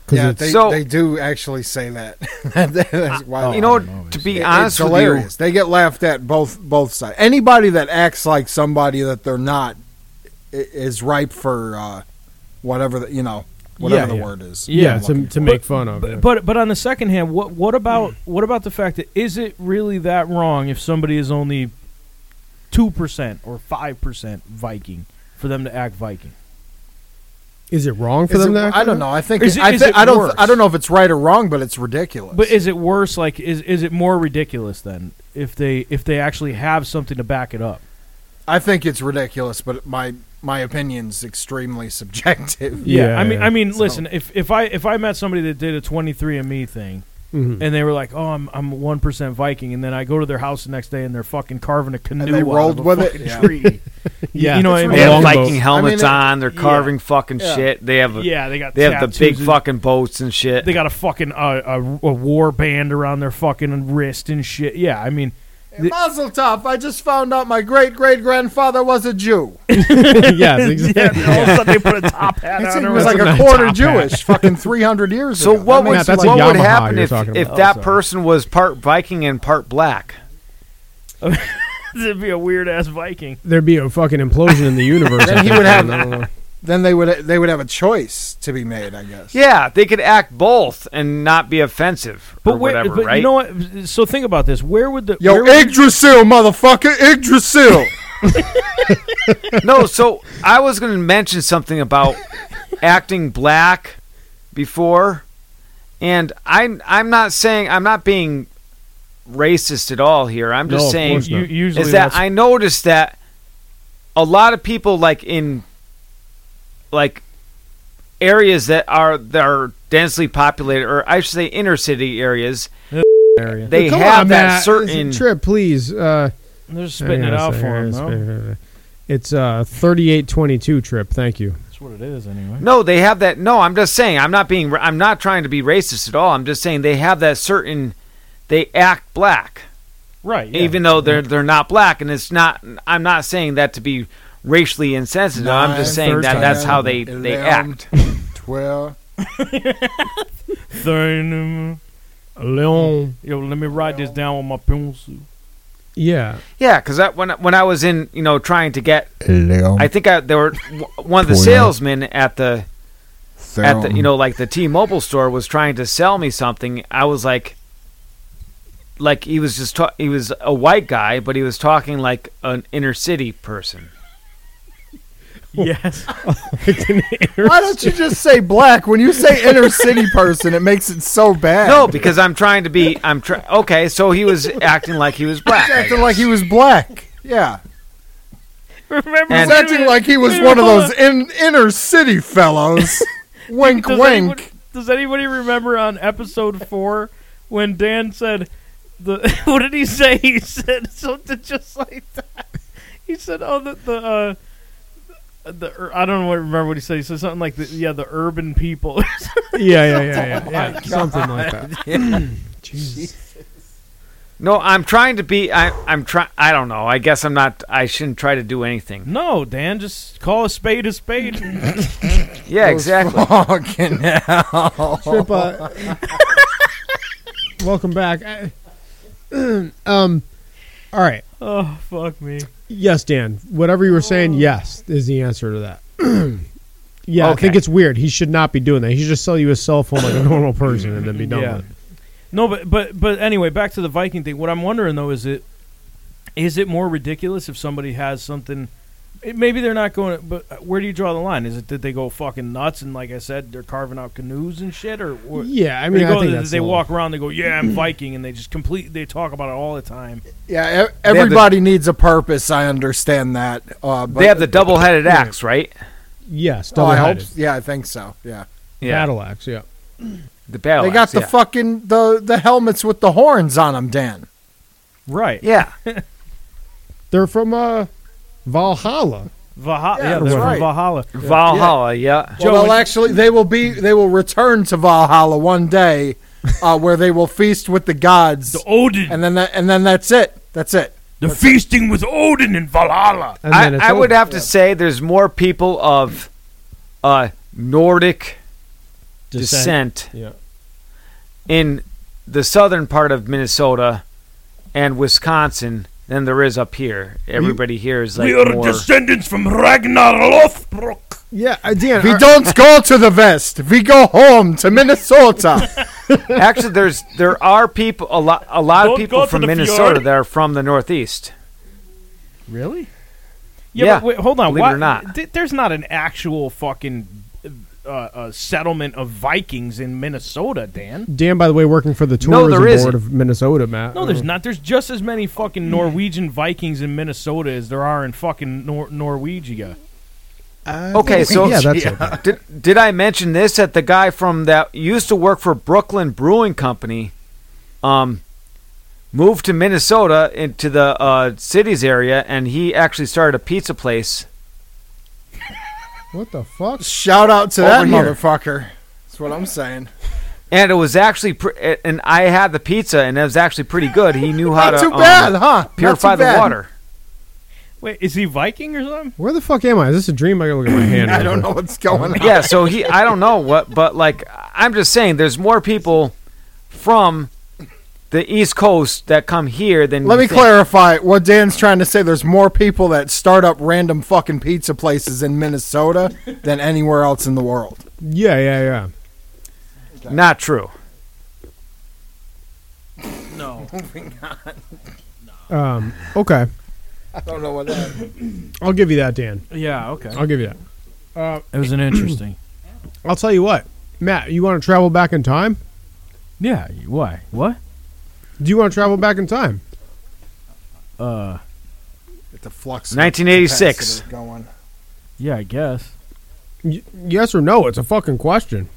[SPEAKER 1] 'Cause
[SPEAKER 3] Yeah,
[SPEAKER 1] it's-
[SPEAKER 3] they,
[SPEAKER 2] So- Oh.
[SPEAKER 3] they do actually say that. That's wild.
[SPEAKER 2] you know,
[SPEAKER 4] don't know,
[SPEAKER 2] to
[SPEAKER 4] it's-
[SPEAKER 2] be
[SPEAKER 3] It-
[SPEAKER 2] honest
[SPEAKER 3] it's
[SPEAKER 2] with
[SPEAKER 3] hilarious.
[SPEAKER 2] you,
[SPEAKER 3] They get laughed at both both sides. Anybody that acts like somebody that they're not i- is ripe for uh, whatever the, you know whatever
[SPEAKER 1] Yeah,
[SPEAKER 3] the
[SPEAKER 1] yeah.
[SPEAKER 3] word is.
[SPEAKER 1] yeah,
[SPEAKER 3] I'm
[SPEAKER 1] to,
[SPEAKER 3] looking
[SPEAKER 1] to
[SPEAKER 3] for.
[SPEAKER 1] make fun of. yeah. Mm.
[SPEAKER 4] But, but but on the second hand, what what about what about the fact that is it really that wrong if somebody is only two percent or five percent Viking for them to act Viking?
[SPEAKER 1] is it wrong for
[SPEAKER 3] Is
[SPEAKER 1] them
[SPEAKER 3] it-
[SPEAKER 1] to act
[SPEAKER 3] I don't
[SPEAKER 1] like
[SPEAKER 3] know. I think
[SPEAKER 4] Is it-
[SPEAKER 3] I,
[SPEAKER 4] is
[SPEAKER 3] thi-
[SPEAKER 4] it
[SPEAKER 3] I don't
[SPEAKER 4] worse?
[SPEAKER 3] I don't know if it's right or wrong, but it's ridiculous.
[SPEAKER 4] But is it worse? Like is is it more ridiculous then if they if they actually have something to back it up?
[SPEAKER 3] I think it's ridiculous, but my my opinion's extremely subjective.
[SPEAKER 1] Yeah,
[SPEAKER 4] I mean
[SPEAKER 1] yeah.
[SPEAKER 4] I mean
[SPEAKER 3] So-
[SPEAKER 4] listen if if I if I met somebody that did a twenty three andme thing
[SPEAKER 1] that? Mhm.
[SPEAKER 4] and they were like oh I'm I'm one percent Viking and then I go to their house the next day and they're fucking carving a canoe
[SPEAKER 3] And they
[SPEAKER 4] out of
[SPEAKER 3] rolled
[SPEAKER 4] a
[SPEAKER 3] with it.
[SPEAKER 4] fucking
[SPEAKER 3] Yeah.
[SPEAKER 4] tree.
[SPEAKER 1] Yeah.
[SPEAKER 4] you know what I
[SPEAKER 1] It's
[SPEAKER 4] mean?
[SPEAKER 2] They have
[SPEAKER 1] Longboat.
[SPEAKER 2] Viking helmets
[SPEAKER 3] I mean, it-
[SPEAKER 2] on. They're
[SPEAKER 4] yeah.
[SPEAKER 2] carving fucking
[SPEAKER 3] Yeah.
[SPEAKER 2] shit. They have
[SPEAKER 4] yeah they got
[SPEAKER 2] they have the big
[SPEAKER 4] tattoos and-
[SPEAKER 2] fucking boats and shit.
[SPEAKER 4] They got a fucking uh, a, a war band around their fucking wrist and shit. Yeah, I mean,
[SPEAKER 3] Hey, Mazel tov, I just found out my great great grandfather was a Jew.
[SPEAKER 1] yes, exactly.
[SPEAKER 4] yeah, all of a sudden they put a top hat
[SPEAKER 3] He
[SPEAKER 4] on.
[SPEAKER 3] said he
[SPEAKER 4] or
[SPEAKER 3] was like
[SPEAKER 4] whatever.
[SPEAKER 3] a quarter Jewish, fucking three hundred years
[SPEAKER 2] so
[SPEAKER 3] ago.
[SPEAKER 2] what
[SPEAKER 3] That
[SPEAKER 2] would
[SPEAKER 3] makes
[SPEAKER 1] that's
[SPEAKER 3] you
[SPEAKER 1] a
[SPEAKER 2] what
[SPEAKER 1] Yamaha
[SPEAKER 2] would happen
[SPEAKER 1] you're
[SPEAKER 2] if,
[SPEAKER 1] talking
[SPEAKER 2] if
[SPEAKER 1] about.
[SPEAKER 2] that
[SPEAKER 1] Oh, sorry.
[SPEAKER 2] person was part Viking and part black?
[SPEAKER 4] It'd be a weird ass Viking.
[SPEAKER 1] There'd be a fucking implosion in the universe.
[SPEAKER 3] Then
[SPEAKER 1] I
[SPEAKER 3] he
[SPEAKER 1] think.
[SPEAKER 3] would have-
[SPEAKER 1] I don't know.
[SPEAKER 3] then they would they would have a choice to be made, I guess.
[SPEAKER 2] Yeah, they could act both and not be offensive or
[SPEAKER 4] But where,
[SPEAKER 2] whatever,
[SPEAKER 4] but
[SPEAKER 2] right?
[SPEAKER 4] you know what? So think about this. Where would the
[SPEAKER 3] Yo,
[SPEAKER 4] where would-
[SPEAKER 3] Yggdrasil, motherfucker, Yggdrasil.
[SPEAKER 2] no, so I was going to mention something about acting black before, and I'm I'm not saying I'm not being racist at all here. I'm
[SPEAKER 1] No,
[SPEAKER 4] Oh,
[SPEAKER 2] just
[SPEAKER 1] of
[SPEAKER 2] saying
[SPEAKER 1] course not.
[SPEAKER 4] you, usually
[SPEAKER 2] is that
[SPEAKER 4] that's-
[SPEAKER 2] I noticed that a lot of people like in like areas that are that are densely populated, or I should say inner city areas,
[SPEAKER 4] area.
[SPEAKER 2] they
[SPEAKER 1] Come
[SPEAKER 2] have
[SPEAKER 1] on,
[SPEAKER 2] that
[SPEAKER 1] Matt.
[SPEAKER 2] certain.
[SPEAKER 1] trip, please. Uh,
[SPEAKER 4] They're spitting
[SPEAKER 1] hang
[SPEAKER 4] it
[SPEAKER 1] on a
[SPEAKER 4] out
[SPEAKER 1] second.
[SPEAKER 4] for him.
[SPEAKER 1] It's-
[SPEAKER 4] though.
[SPEAKER 1] It's uh, thirty-eight twenty-two trip. Thank you.
[SPEAKER 4] That's what it is anyway.
[SPEAKER 2] No, they have that. No, I'm just saying. I'm not being. I'm not trying to be racist at all. I'm just saying they have that certain. They act black,
[SPEAKER 4] Right. yeah.
[SPEAKER 2] even though they're they're not black, and it's not. I'm not saying that to be racially insensitive. I'm just saying that that's how they they act.
[SPEAKER 3] Twelve.
[SPEAKER 4] Thing,
[SPEAKER 1] Leon.
[SPEAKER 4] Yo, let me write this down with my pencil.
[SPEAKER 1] Yeah.
[SPEAKER 2] Yeah, because when when I was in, you know, trying to get, I think I there were w- one of the
[SPEAKER 3] Toya.
[SPEAKER 2] salesmen at the at the you know like the T-Mobile store was trying to sell me something. I was like, like he was just ta- he was a white guy, but he was talking like an inner city person.
[SPEAKER 4] Yes.
[SPEAKER 3] Why don't you just say black? When you say inner city person, it makes it so bad.
[SPEAKER 2] No, because I'm trying to be. I'm try- okay. So he was acting like he was black.
[SPEAKER 3] He's
[SPEAKER 2] I
[SPEAKER 3] acting
[SPEAKER 2] guess.
[SPEAKER 3] like he was black. Yeah.
[SPEAKER 4] Remember
[SPEAKER 2] And-
[SPEAKER 3] He's acting like he was
[SPEAKER 4] Wait a
[SPEAKER 3] one of
[SPEAKER 4] minute,
[SPEAKER 3] those in, inner city fellows. wink,
[SPEAKER 4] Does anyone-
[SPEAKER 3] wink.
[SPEAKER 4] does anybody remember on episode four when Dan said the what did he say? He said something just like that. He said, "Oh, the the." Uh, the, ur- I don't know what, remember what he said. He said something like, the, "Yeah, the urban people."
[SPEAKER 1] Yeah. Yeah. Yeah. Yeah. yeah. Something like that. Jesus.
[SPEAKER 2] no, I'm trying to be. I, I'm trying. I don't know. I guess I'm not. I shouldn't try to do anything.
[SPEAKER 4] no, Dan, just call a spade a spade.
[SPEAKER 2] Yeah, exactly.
[SPEAKER 3] Fucking hell.
[SPEAKER 1] Trip. Uh, welcome back. I- um. All right.
[SPEAKER 4] oh, fuck me.
[SPEAKER 1] Yes, Dan. Whatever you were saying, yes is the answer to that. Yeah, I think
[SPEAKER 2] Okay.
[SPEAKER 1] it's weird. He should not be doing that. He should just sell you a cell phone like a normal person and then be done
[SPEAKER 4] Yeah.
[SPEAKER 1] with it.
[SPEAKER 4] No, but but but anyway, back to the Viking thing. What I'm wondering though is it is it more ridiculous if somebody has something? It, maybe they're not going. But uh, where do you draw the line? Is it that they go fucking nuts and like I said, they're carving out canoes and shit, or, or
[SPEAKER 1] Yeah, I
[SPEAKER 4] or
[SPEAKER 1] mean,
[SPEAKER 4] you
[SPEAKER 1] I
[SPEAKER 4] go-
[SPEAKER 1] think
[SPEAKER 4] they,
[SPEAKER 1] that's
[SPEAKER 4] they
[SPEAKER 1] a little-
[SPEAKER 4] walk around, they go, yeah, I'm Viking, and they just complete. They talk about it all the time.
[SPEAKER 3] Yeah, e-
[SPEAKER 2] the-
[SPEAKER 3] everybody needs a purpose. I understand that. Uh, but,
[SPEAKER 2] They have the double-headed axe, right?
[SPEAKER 1] Yes,
[SPEAKER 3] Oh,
[SPEAKER 1] double
[SPEAKER 3] I hope. Yeah, I think so. Yeah,
[SPEAKER 1] battle axe. Yeah,
[SPEAKER 2] The battle.
[SPEAKER 3] they got
[SPEAKER 2] axe,
[SPEAKER 3] the
[SPEAKER 2] yeah.
[SPEAKER 3] fucking the the helmets with the horns on them, Dan.
[SPEAKER 4] Right.
[SPEAKER 2] Yeah.
[SPEAKER 1] they're from uh, Valhalla.
[SPEAKER 4] Valhalla.
[SPEAKER 3] Yeah,
[SPEAKER 4] Yeah,
[SPEAKER 3] that's
[SPEAKER 4] they're
[SPEAKER 3] right.
[SPEAKER 4] from Valhalla.
[SPEAKER 2] Valhalla. Yeah.
[SPEAKER 3] Well, they'll actually, they will be. They will return to Valhalla one day, uh, where they will feast with the gods,
[SPEAKER 4] The Odin.
[SPEAKER 3] and then that, and then that's it. That's it.
[SPEAKER 4] the feasting with Odin in Valhalla.
[SPEAKER 1] And then it's
[SPEAKER 2] I, I would
[SPEAKER 1] over.
[SPEAKER 2] have to say there's more people of uh, Nordic descent.
[SPEAKER 1] Yeah.
[SPEAKER 2] in the southern part of Minnesota and Wisconsin than there is up here. Everybody here is like more.
[SPEAKER 4] descendants from Ragnar Lothbrok.
[SPEAKER 1] Yeah, uh, Dan.
[SPEAKER 3] We
[SPEAKER 1] are-
[SPEAKER 3] don't go to the west. We go home to Minnesota.
[SPEAKER 2] Actually, there's there are people a lot a lot of
[SPEAKER 4] Don't go
[SPEAKER 2] people
[SPEAKER 4] to
[SPEAKER 2] from
[SPEAKER 4] the
[SPEAKER 2] Minnesota
[SPEAKER 4] fjord.
[SPEAKER 2] that are from the Northeast.
[SPEAKER 4] Really? Yeah,
[SPEAKER 2] Yeah,
[SPEAKER 4] but wait, hold on.
[SPEAKER 2] believe it
[SPEAKER 4] why,
[SPEAKER 2] or not.
[SPEAKER 4] th- there's not an actual fucking uh, uh, settlement of Vikings in Minnesota, Dan.
[SPEAKER 1] Dan, by the way, working for the
[SPEAKER 2] No,
[SPEAKER 1] tourism
[SPEAKER 2] there
[SPEAKER 1] board
[SPEAKER 2] isn't.
[SPEAKER 1] of Minnesota, Matt. Uh,
[SPEAKER 4] No, there's not. There's just as many fucking Norwegian Vikings in Minnesota as there are in fucking Nor- Norwegia.
[SPEAKER 2] Okay, so
[SPEAKER 1] yeah, that's okay.
[SPEAKER 2] did did I mention this that the guy from that used to work for Brooklyn Brewing Company, um, moved to Minnesota into the uh, cities area, and he actually started a pizza place.
[SPEAKER 1] What the fuck?
[SPEAKER 3] Shout out to that
[SPEAKER 2] Over here.
[SPEAKER 3] motherfucker. That's what I'm saying.
[SPEAKER 2] and it was actually pre- and I had the pizza and it was actually pretty good. He knew how
[SPEAKER 3] Not
[SPEAKER 2] to
[SPEAKER 3] too
[SPEAKER 2] um,
[SPEAKER 3] bad, huh? Not too
[SPEAKER 2] purify the
[SPEAKER 3] bad.
[SPEAKER 2] water.
[SPEAKER 4] Wait, is he Viking or something?
[SPEAKER 1] Where the fuck am I? Is this a dream? I gotta look at my hand.
[SPEAKER 3] I
[SPEAKER 1] real quick.
[SPEAKER 3] don't know what's going on.
[SPEAKER 2] Yeah, so he I don't know what but like I'm just saying there's more people from the East Coast that come here than
[SPEAKER 3] Let
[SPEAKER 2] you
[SPEAKER 3] me
[SPEAKER 2] think.
[SPEAKER 3] clarify what Dan's trying to say. There's more people that start up random fucking pizza places in Minnesota than anywhere else in the world.
[SPEAKER 1] Yeah, yeah, yeah.
[SPEAKER 2] Not true.
[SPEAKER 4] No.
[SPEAKER 1] Um, okay,
[SPEAKER 3] I don't know what that.
[SPEAKER 1] I'll give you that, Dan.
[SPEAKER 4] yeah. Okay.
[SPEAKER 1] I'll give you that.
[SPEAKER 4] It was an interesting.
[SPEAKER 1] I'll tell you what, Matt. You want to travel back in time?
[SPEAKER 4] yeah. Why? What?
[SPEAKER 1] Do you want to travel back in time?
[SPEAKER 4] Uh.
[SPEAKER 3] The flux. of
[SPEAKER 2] 1986.
[SPEAKER 3] capacitor Going.
[SPEAKER 4] Yeah. I guess.
[SPEAKER 1] Y- yes or no? It's a fucking question.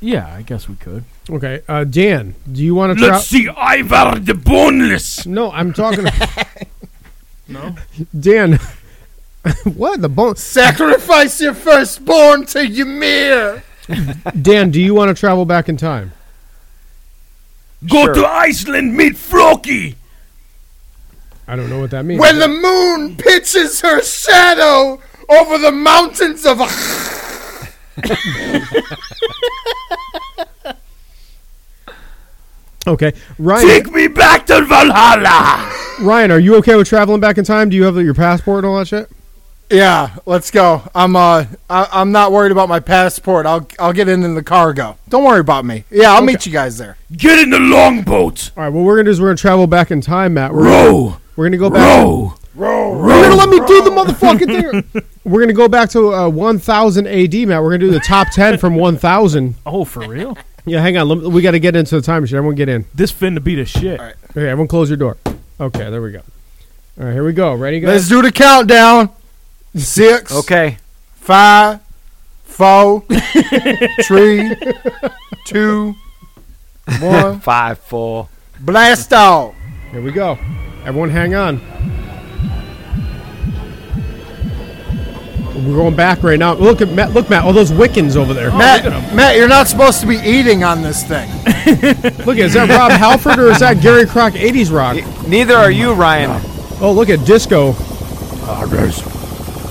[SPEAKER 4] Yeah. I guess we could.
[SPEAKER 1] Okay, uh, Dan, do you want to travel?
[SPEAKER 4] see Ivar the Boneless.
[SPEAKER 1] No, I'm talking.
[SPEAKER 4] No.
[SPEAKER 1] Dan, what the bone?
[SPEAKER 3] Sacrifice your firstborn to Ymir.
[SPEAKER 1] Dan, do you want to travel back in time?
[SPEAKER 4] Go
[SPEAKER 2] Sure.
[SPEAKER 4] to Iceland, meet Floki.
[SPEAKER 1] I don't know what that means.
[SPEAKER 3] When the moon pitches her shadow over the mountains of.
[SPEAKER 1] okay, Ryan,
[SPEAKER 4] me back to Valhalla.
[SPEAKER 1] Ryan, are you okay with traveling back in time? Do you have your passport and all that shit?
[SPEAKER 3] Yeah, let's go. I'm uh, I, I'm not worried about my passport. I'll I'll get in in the cargo. Don't worry about me. Yeah, I'll meet you guys there.
[SPEAKER 4] Get in the longboat.
[SPEAKER 1] All right, what we're gonna do is we're gonna travel back in time, Matt. We're,
[SPEAKER 4] Row,
[SPEAKER 1] we're gonna go back.
[SPEAKER 4] row,
[SPEAKER 1] You're gonna let me do the motherfucking thing. We're gonna go back to uh, 1000 AD, Matt. We're gonna do the top 10 from 1000.
[SPEAKER 4] Oh, for real?
[SPEAKER 1] Yeah, hang on. lem- We got to get into the time machine. Everyone, get in.
[SPEAKER 4] this finna beat a shit.
[SPEAKER 1] Okay, everyone, close your door. Okay, there we go. All right, here we go. Ready,
[SPEAKER 3] Let's
[SPEAKER 1] guys?
[SPEAKER 3] do the countdown. Six,
[SPEAKER 2] Okay.
[SPEAKER 3] five, four, three, two, one.
[SPEAKER 2] Five, four.
[SPEAKER 3] Blast out.
[SPEAKER 1] Here we go. Everyone, hang on. We're going back right now. Look at Matt. Look, Matt. All those Wiccans over there.
[SPEAKER 3] Matt, Matt, you're not supposed to be eating on this thing.
[SPEAKER 1] Look, is that Rob Halford or is that Gary Kroc 80s rock?
[SPEAKER 2] Neither are you, Ryan.
[SPEAKER 1] Oh, look at disco.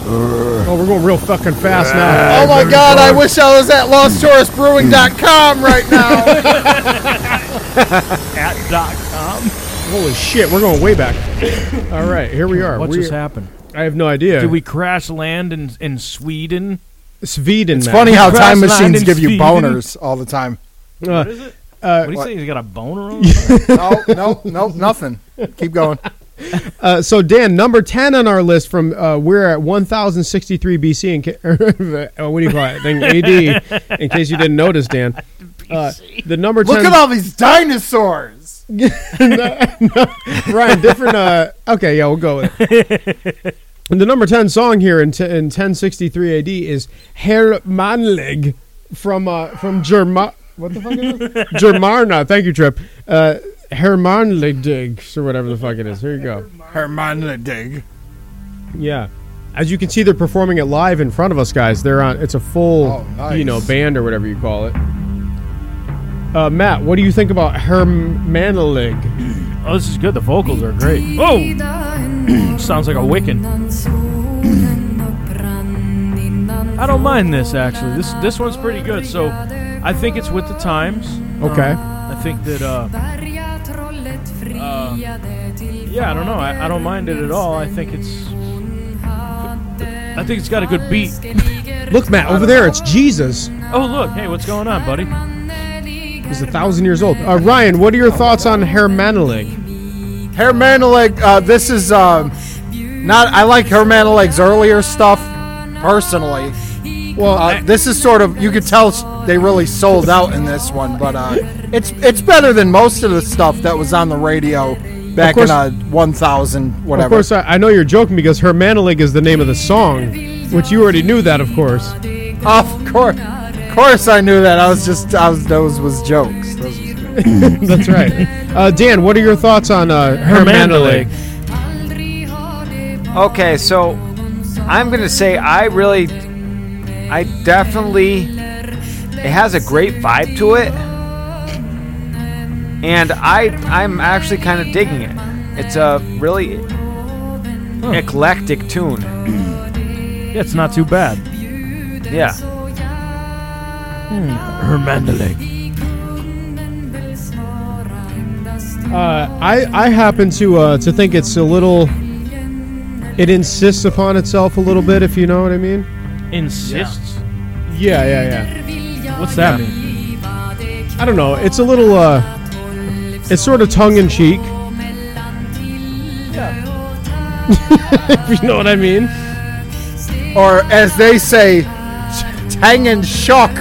[SPEAKER 1] Oh, we're going real fucking fast now.
[SPEAKER 3] Oh my god, I wish I was at losttouristbrewing.com right now.
[SPEAKER 4] At dot com.
[SPEAKER 1] Oh, Holy shit, we're going way back. All right, here we are.
[SPEAKER 4] What
[SPEAKER 1] We-
[SPEAKER 4] just happened?
[SPEAKER 1] I have no idea.
[SPEAKER 4] Did we crash land in in Sweden?
[SPEAKER 1] Sweden.
[SPEAKER 3] It's
[SPEAKER 1] man.
[SPEAKER 3] funny how
[SPEAKER 4] Cross
[SPEAKER 3] time
[SPEAKER 4] line
[SPEAKER 3] machines
[SPEAKER 4] and
[SPEAKER 3] give you
[SPEAKER 4] speed.
[SPEAKER 3] boners all the time.
[SPEAKER 1] Uh,
[SPEAKER 4] what is it?
[SPEAKER 1] uh,
[SPEAKER 4] What do you
[SPEAKER 3] what?
[SPEAKER 4] think? He's got a boner on. him?
[SPEAKER 3] No, no, no, nothing. Keep going.
[SPEAKER 1] Uh, so Dan, number ten on our list from uh, we're at 1063 BC. In ca- uh, what do you call it? Thing AD. In case you didn't notice, Dan, uh, the number ten.
[SPEAKER 3] Look at all these dinosaurs.
[SPEAKER 1] Ryan, different. Uh, okay, yeah, we'll go with it. And the number ten song here in, t- in 1063 AD is Herr Mannlig from uh, from Germa. What the fuck? Is it? Germana. Thank you, Trip. Uh, Herr Mannlig or whatever the fuck it is. Here you go.
[SPEAKER 3] Hermandig.
[SPEAKER 1] Yeah. As you can see, they're performing it live in front of us, guys. They're on. It's a full,
[SPEAKER 3] Oh, nice.
[SPEAKER 1] you know, band or whatever you call it. Uh, Matt, what do you think about Hermanelig?
[SPEAKER 4] Oh, this is good. The vocals are great. Whoa! Sounds like a Wiccan. I don't mind this actually. This this one's pretty good. So, I think it's with the times.
[SPEAKER 1] Okay.
[SPEAKER 4] I think that uh, yeah, I don't know. I, I don't mind it at all. I think it's I think it's got a good beat. Uh,
[SPEAKER 1] Look, Matt, over there, it's Jesus.
[SPEAKER 4] Oh look, hey, what's going on, buddy?
[SPEAKER 1] He's a thousand years old. Uh, Ryan, what are your thoughts on Hermanelig?
[SPEAKER 3] Hermanlig. Uh, this is um, not. I like Hermanilig's earlier stuff personally.
[SPEAKER 1] Well,
[SPEAKER 3] Uh, this is sort of you could tell s- they really sold out in this one, but uh, it's it's better than most of the stuff that was on the radio back
[SPEAKER 1] course-
[SPEAKER 3] in uh, 1000
[SPEAKER 1] of
[SPEAKER 3] whatever.
[SPEAKER 1] course, I, I know you're joking because Hermanelig is the name of the song, which you already knew that, of course.
[SPEAKER 3] Of course, of course, I knew that. I was just, I was, those was jokes. Those was jokes.
[SPEAKER 1] That's right. Uh, Dan, what are your thoughts on uh, Hermanelig?
[SPEAKER 2] Okay, so I'm gonna say I really, I definitely, it has a great vibe to it, and I I'm actually kind of digging it. It's a really eclectic tune.
[SPEAKER 4] Yeah, it's not too bad.
[SPEAKER 2] Yeah,
[SPEAKER 4] Hermandelik.
[SPEAKER 1] Uh, I I happen to uh, to think it's a little. It insists upon itself a little bit, if you know what I mean.
[SPEAKER 4] Insists.
[SPEAKER 1] Yeah, yeah, yeah.
[SPEAKER 4] What's that mean?
[SPEAKER 1] I don't know. It's a little. Uh, it's sort of tongue in cheek. if you know what I mean.
[SPEAKER 3] or as they say, tang and shock.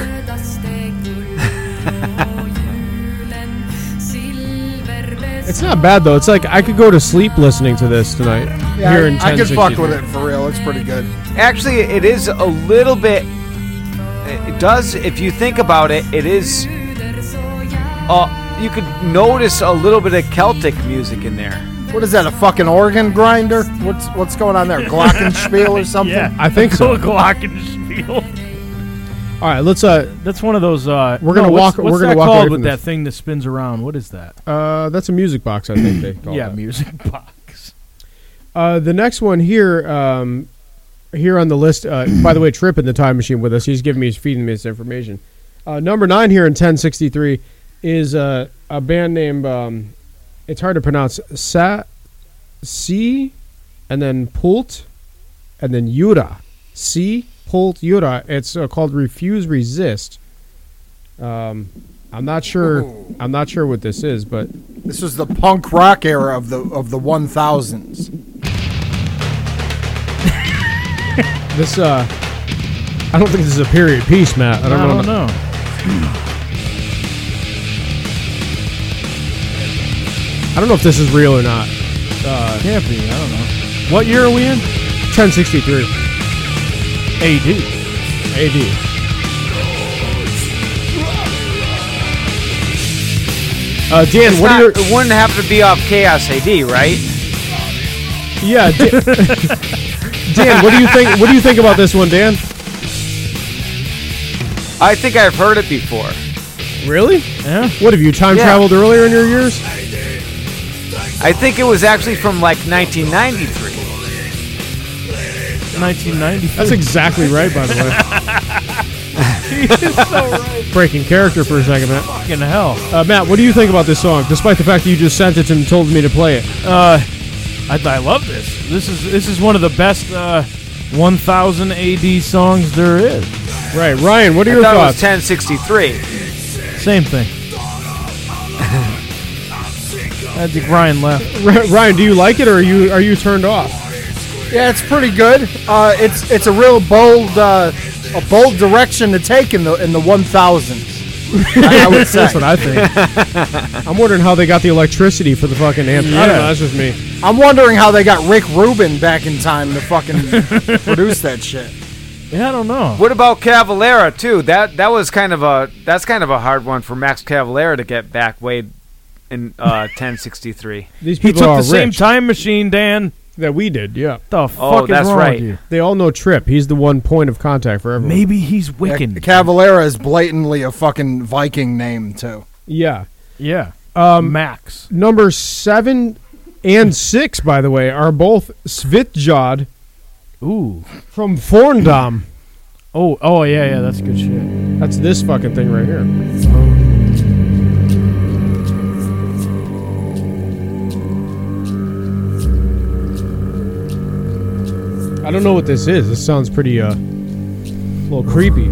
[SPEAKER 1] It's not bad though. It's like I could go to sleep listening to this tonight. here in
[SPEAKER 3] I could
[SPEAKER 1] 1063.
[SPEAKER 3] fuck with it for real. It's pretty good.
[SPEAKER 2] actually, it is a little bit. It does, if you think about it, it is. Uh, you could notice a little bit of Celtic music in there.
[SPEAKER 3] What is that? A fucking organ grinder? What's what's going on there? Glockenspiel or something?
[SPEAKER 1] I think so.
[SPEAKER 4] Glockenspiel.
[SPEAKER 1] All right, let's. Uh,
[SPEAKER 4] That's one of those. Uh,
[SPEAKER 1] We're gonna
[SPEAKER 4] no,
[SPEAKER 1] walk-
[SPEAKER 4] what's- What's
[SPEAKER 1] we're gonna
[SPEAKER 4] that
[SPEAKER 1] walk away
[SPEAKER 4] called
[SPEAKER 1] from
[SPEAKER 4] with
[SPEAKER 1] this.
[SPEAKER 4] that thing that spins around? What is that?
[SPEAKER 1] uh, that's a music box. I think they call
[SPEAKER 4] yeah,
[SPEAKER 1] that.
[SPEAKER 4] music box.
[SPEAKER 1] Uh, the next one here, um, here on the list. Uh, by the way, Trip in the time machine with us. He's giving me, he's feeding me this information. Uh, number nine here in 1063 is uh, a band named. Um, it's hard to pronounce. Sa, C, and then Pult, and then Yura. C Pult Yura. It's uh, called Refuse Resist. Um, I'm not sure.
[SPEAKER 3] Ooh.
[SPEAKER 1] I'm not sure what this is, but
[SPEAKER 3] This was the punk rock era of the of the 1000s.
[SPEAKER 1] this. Uh, I don't think this is a period piece, Matt. I don't know.
[SPEAKER 4] know.
[SPEAKER 1] I don't know if this is real or not. Uh,
[SPEAKER 4] Can't be. I don't know. What year are we in?
[SPEAKER 1] 1063
[SPEAKER 4] AD.
[SPEAKER 1] AD. Uh, Dan,
[SPEAKER 2] It's
[SPEAKER 1] what
[SPEAKER 2] not-
[SPEAKER 1] are your
[SPEAKER 2] it wouldn't have to be off Chaos AD, right?
[SPEAKER 1] yeah? Dan, Dan, what do you think? What do you think about this one, Dan?
[SPEAKER 2] I think I've heard it before.
[SPEAKER 1] Really?
[SPEAKER 4] Yeah.
[SPEAKER 1] What have you time
[SPEAKER 2] Yeah.
[SPEAKER 1] traveled earlier in your years?
[SPEAKER 2] I think it was actually from like 1993.
[SPEAKER 4] 1990.
[SPEAKER 1] That's exactly right, by the way. Breaking character for a second, Matt.
[SPEAKER 4] fucking hell.
[SPEAKER 1] Uh, Matt, what do you think about this song? Despite the fact that you just sent it and told me to play it,
[SPEAKER 4] Uh, I, I love this. This is this is one of the best uh, 1000 AD songs there is.
[SPEAKER 1] Right, Ryan. What are
[SPEAKER 2] I
[SPEAKER 1] your
[SPEAKER 2] thought
[SPEAKER 1] thoughts?
[SPEAKER 2] it was 1063.
[SPEAKER 4] Same thing. I think Ryan left.
[SPEAKER 1] Ri- Ryan, do you like it or are you are you turned off?
[SPEAKER 3] Yeah, it's pretty good. Uh, it's it's a real bold uh, a bold direction to take in the in the one thousands. I, I would say.
[SPEAKER 1] That's what I think. I'm wondering how they got the electricity for the fucking amp. I don't know. That's just me.
[SPEAKER 3] I'm wondering how they got Rick Rubin back in time to fucking produce that shit.
[SPEAKER 4] Yeah, I don't know.
[SPEAKER 2] What about Cavalera too? That that was kind of a that's kind of a hard one for Max Cavalera to get back way in uh, 1063.
[SPEAKER 1] These
[SPEAKER 4] He
[SPEAKER 1] people
[SPEAKER 4] took the
[SPEAKER 1] are rich
[SPEAKER 4] same time machine, Dan.
[SPEAKER 1] that we did. Yeah,
[SPEAKER 4] The fuck is
[SPEAKER 2] Oh, that's
[SPEAKER 4] wrong
[SPEAKER 2] right.
[SPEAKER 4] with you?
[SPEAKER 1] they all know Trip. He's the one point of contact for everyone.
[SPEAKER 4] Maybe he's Wiccan.
[SPEAKER 3] Cavalera is blatantly a fucking Viking name too.
[SPEAKER 1] Yeah,
[SPEAKER 4] yeah. Um, Max.
[SPEAKER 1] number seven and six, by the way, are both Svitjod
[SPEAKER 4] Ooh.
[SPEAKER 1] from Forndam.
[SPEAKER 4] Oh. Oh yeah. Yeah. That's good shit.
[SPEAKER 1] That's this fucking thing right here. I don't know what this is. This sounds pretty uh a little creepy.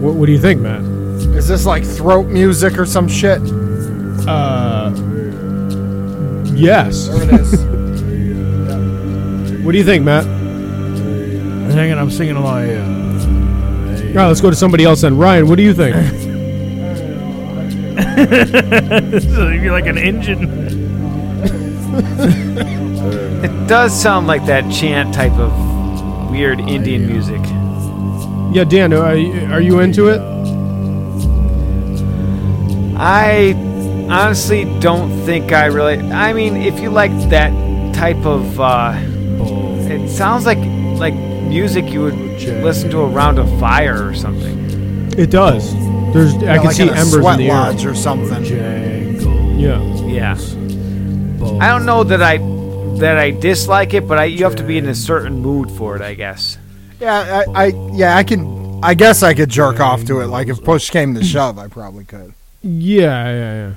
[SPEAKER 1] What, what do you think, Matt?
[SPEAKER 3] Is this like throat music or some shit?
[SPEAKER 1] Uh Yes.
[SPEAKER 3] There it is.
[SPEAKER 1] What do you think, Matt?
[SPEAKER 4] Hang on. I'm singing along. Yeah.
[SPEAKER 1] All right, let's go to somebody else then. Ryan, what do you think?
[SPEAKER 4] You're like an engine.
[SPEAKER 2] It does sound like that chant type of weird Indian music.
[SPEAKER 1] Yeah, Dan, are you, are you into it?
[SPEAKER 2] I honestly don't think I really. I mean, if you like that type of, uh, it sounds like like music you would listen to around a fire or something.
[SPEAKER 1] It does. There's I can
[SPEAKER 3] like
[SPEAKER 1] see
[SPEAKER 3] in a
[SPEAKER 1] embers
[SPEAKER 3] sweat
[SPEAKER 1] in the air.
[SPEAKER 3] lodge or something.
[SPEAKER 1] Yeah.
[SPEAKER 2] Yeah. I don't know that I that I dislike it, but I, you have to be in a certain mood for it, I guess.
[SPEAKER 3] Yeah, I, I yeah I could. I guess I could jerk off to it. Like if push came to shove, I probably could.
[SPEAKER 1] Yeah, yeah, yeah.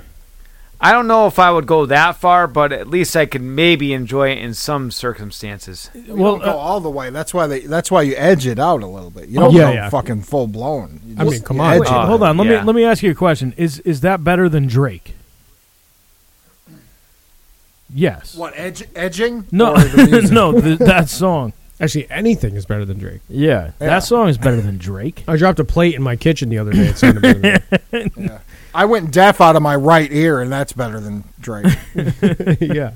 [SPEAKER 2] I don't know if I would go that far, but at least I could maybe enjoy it in some circumstances.
[SPEAKER 3] Well,
[SPEAKER 4] Well,
[SPEAKER 3] go
[SPEAKER 4] uh,
[SPEAKER 3] all the way. That's why they. That's why you edge it out a little bit. You don't
[SPEAKER 1] Yeah,
[SPEAKER 3] go
[SPEAKER 1] yeah.
[SPEAKER 3] fucking full blown. You
[SPEAKER 1] I
[SPEAKER 3] just-
[SPEAKER 1] mean, come
[SPEAKER 3] you
[SPEAKER 1] on.
[SPEAKER 3] edge
[SPEAKER 4] wait,
[SPEAKER 3] it.
[SPEAKER 2] Uh,
[SPEAKER 4] hold on. Let
[SPEAKER 2] yeah.
[SPEAKER 4] me let me ask you a question. Is is that better than Drake? Yes.
[SPEAKER 3] what edge, edging?
[SPEAKER 4] No,
[SPEAKER 3] Or the music?
[SPEAKER 4] no, th- that song.
[SPEAKER 1] Actually, anything is better than Drake.
[SPEAKER 4] Yeah,
[SPEAKER 3] Yeah.
[SPEAKER 4] that song is better than Drake.
[SPEAKER 1] I dropped a plate in my kitchen the other day. It sounded better than
[SPEAKER 3] I went deaf out of my right ear, and that's better than Drake.
[SPEAKER 1] Drake. yeah.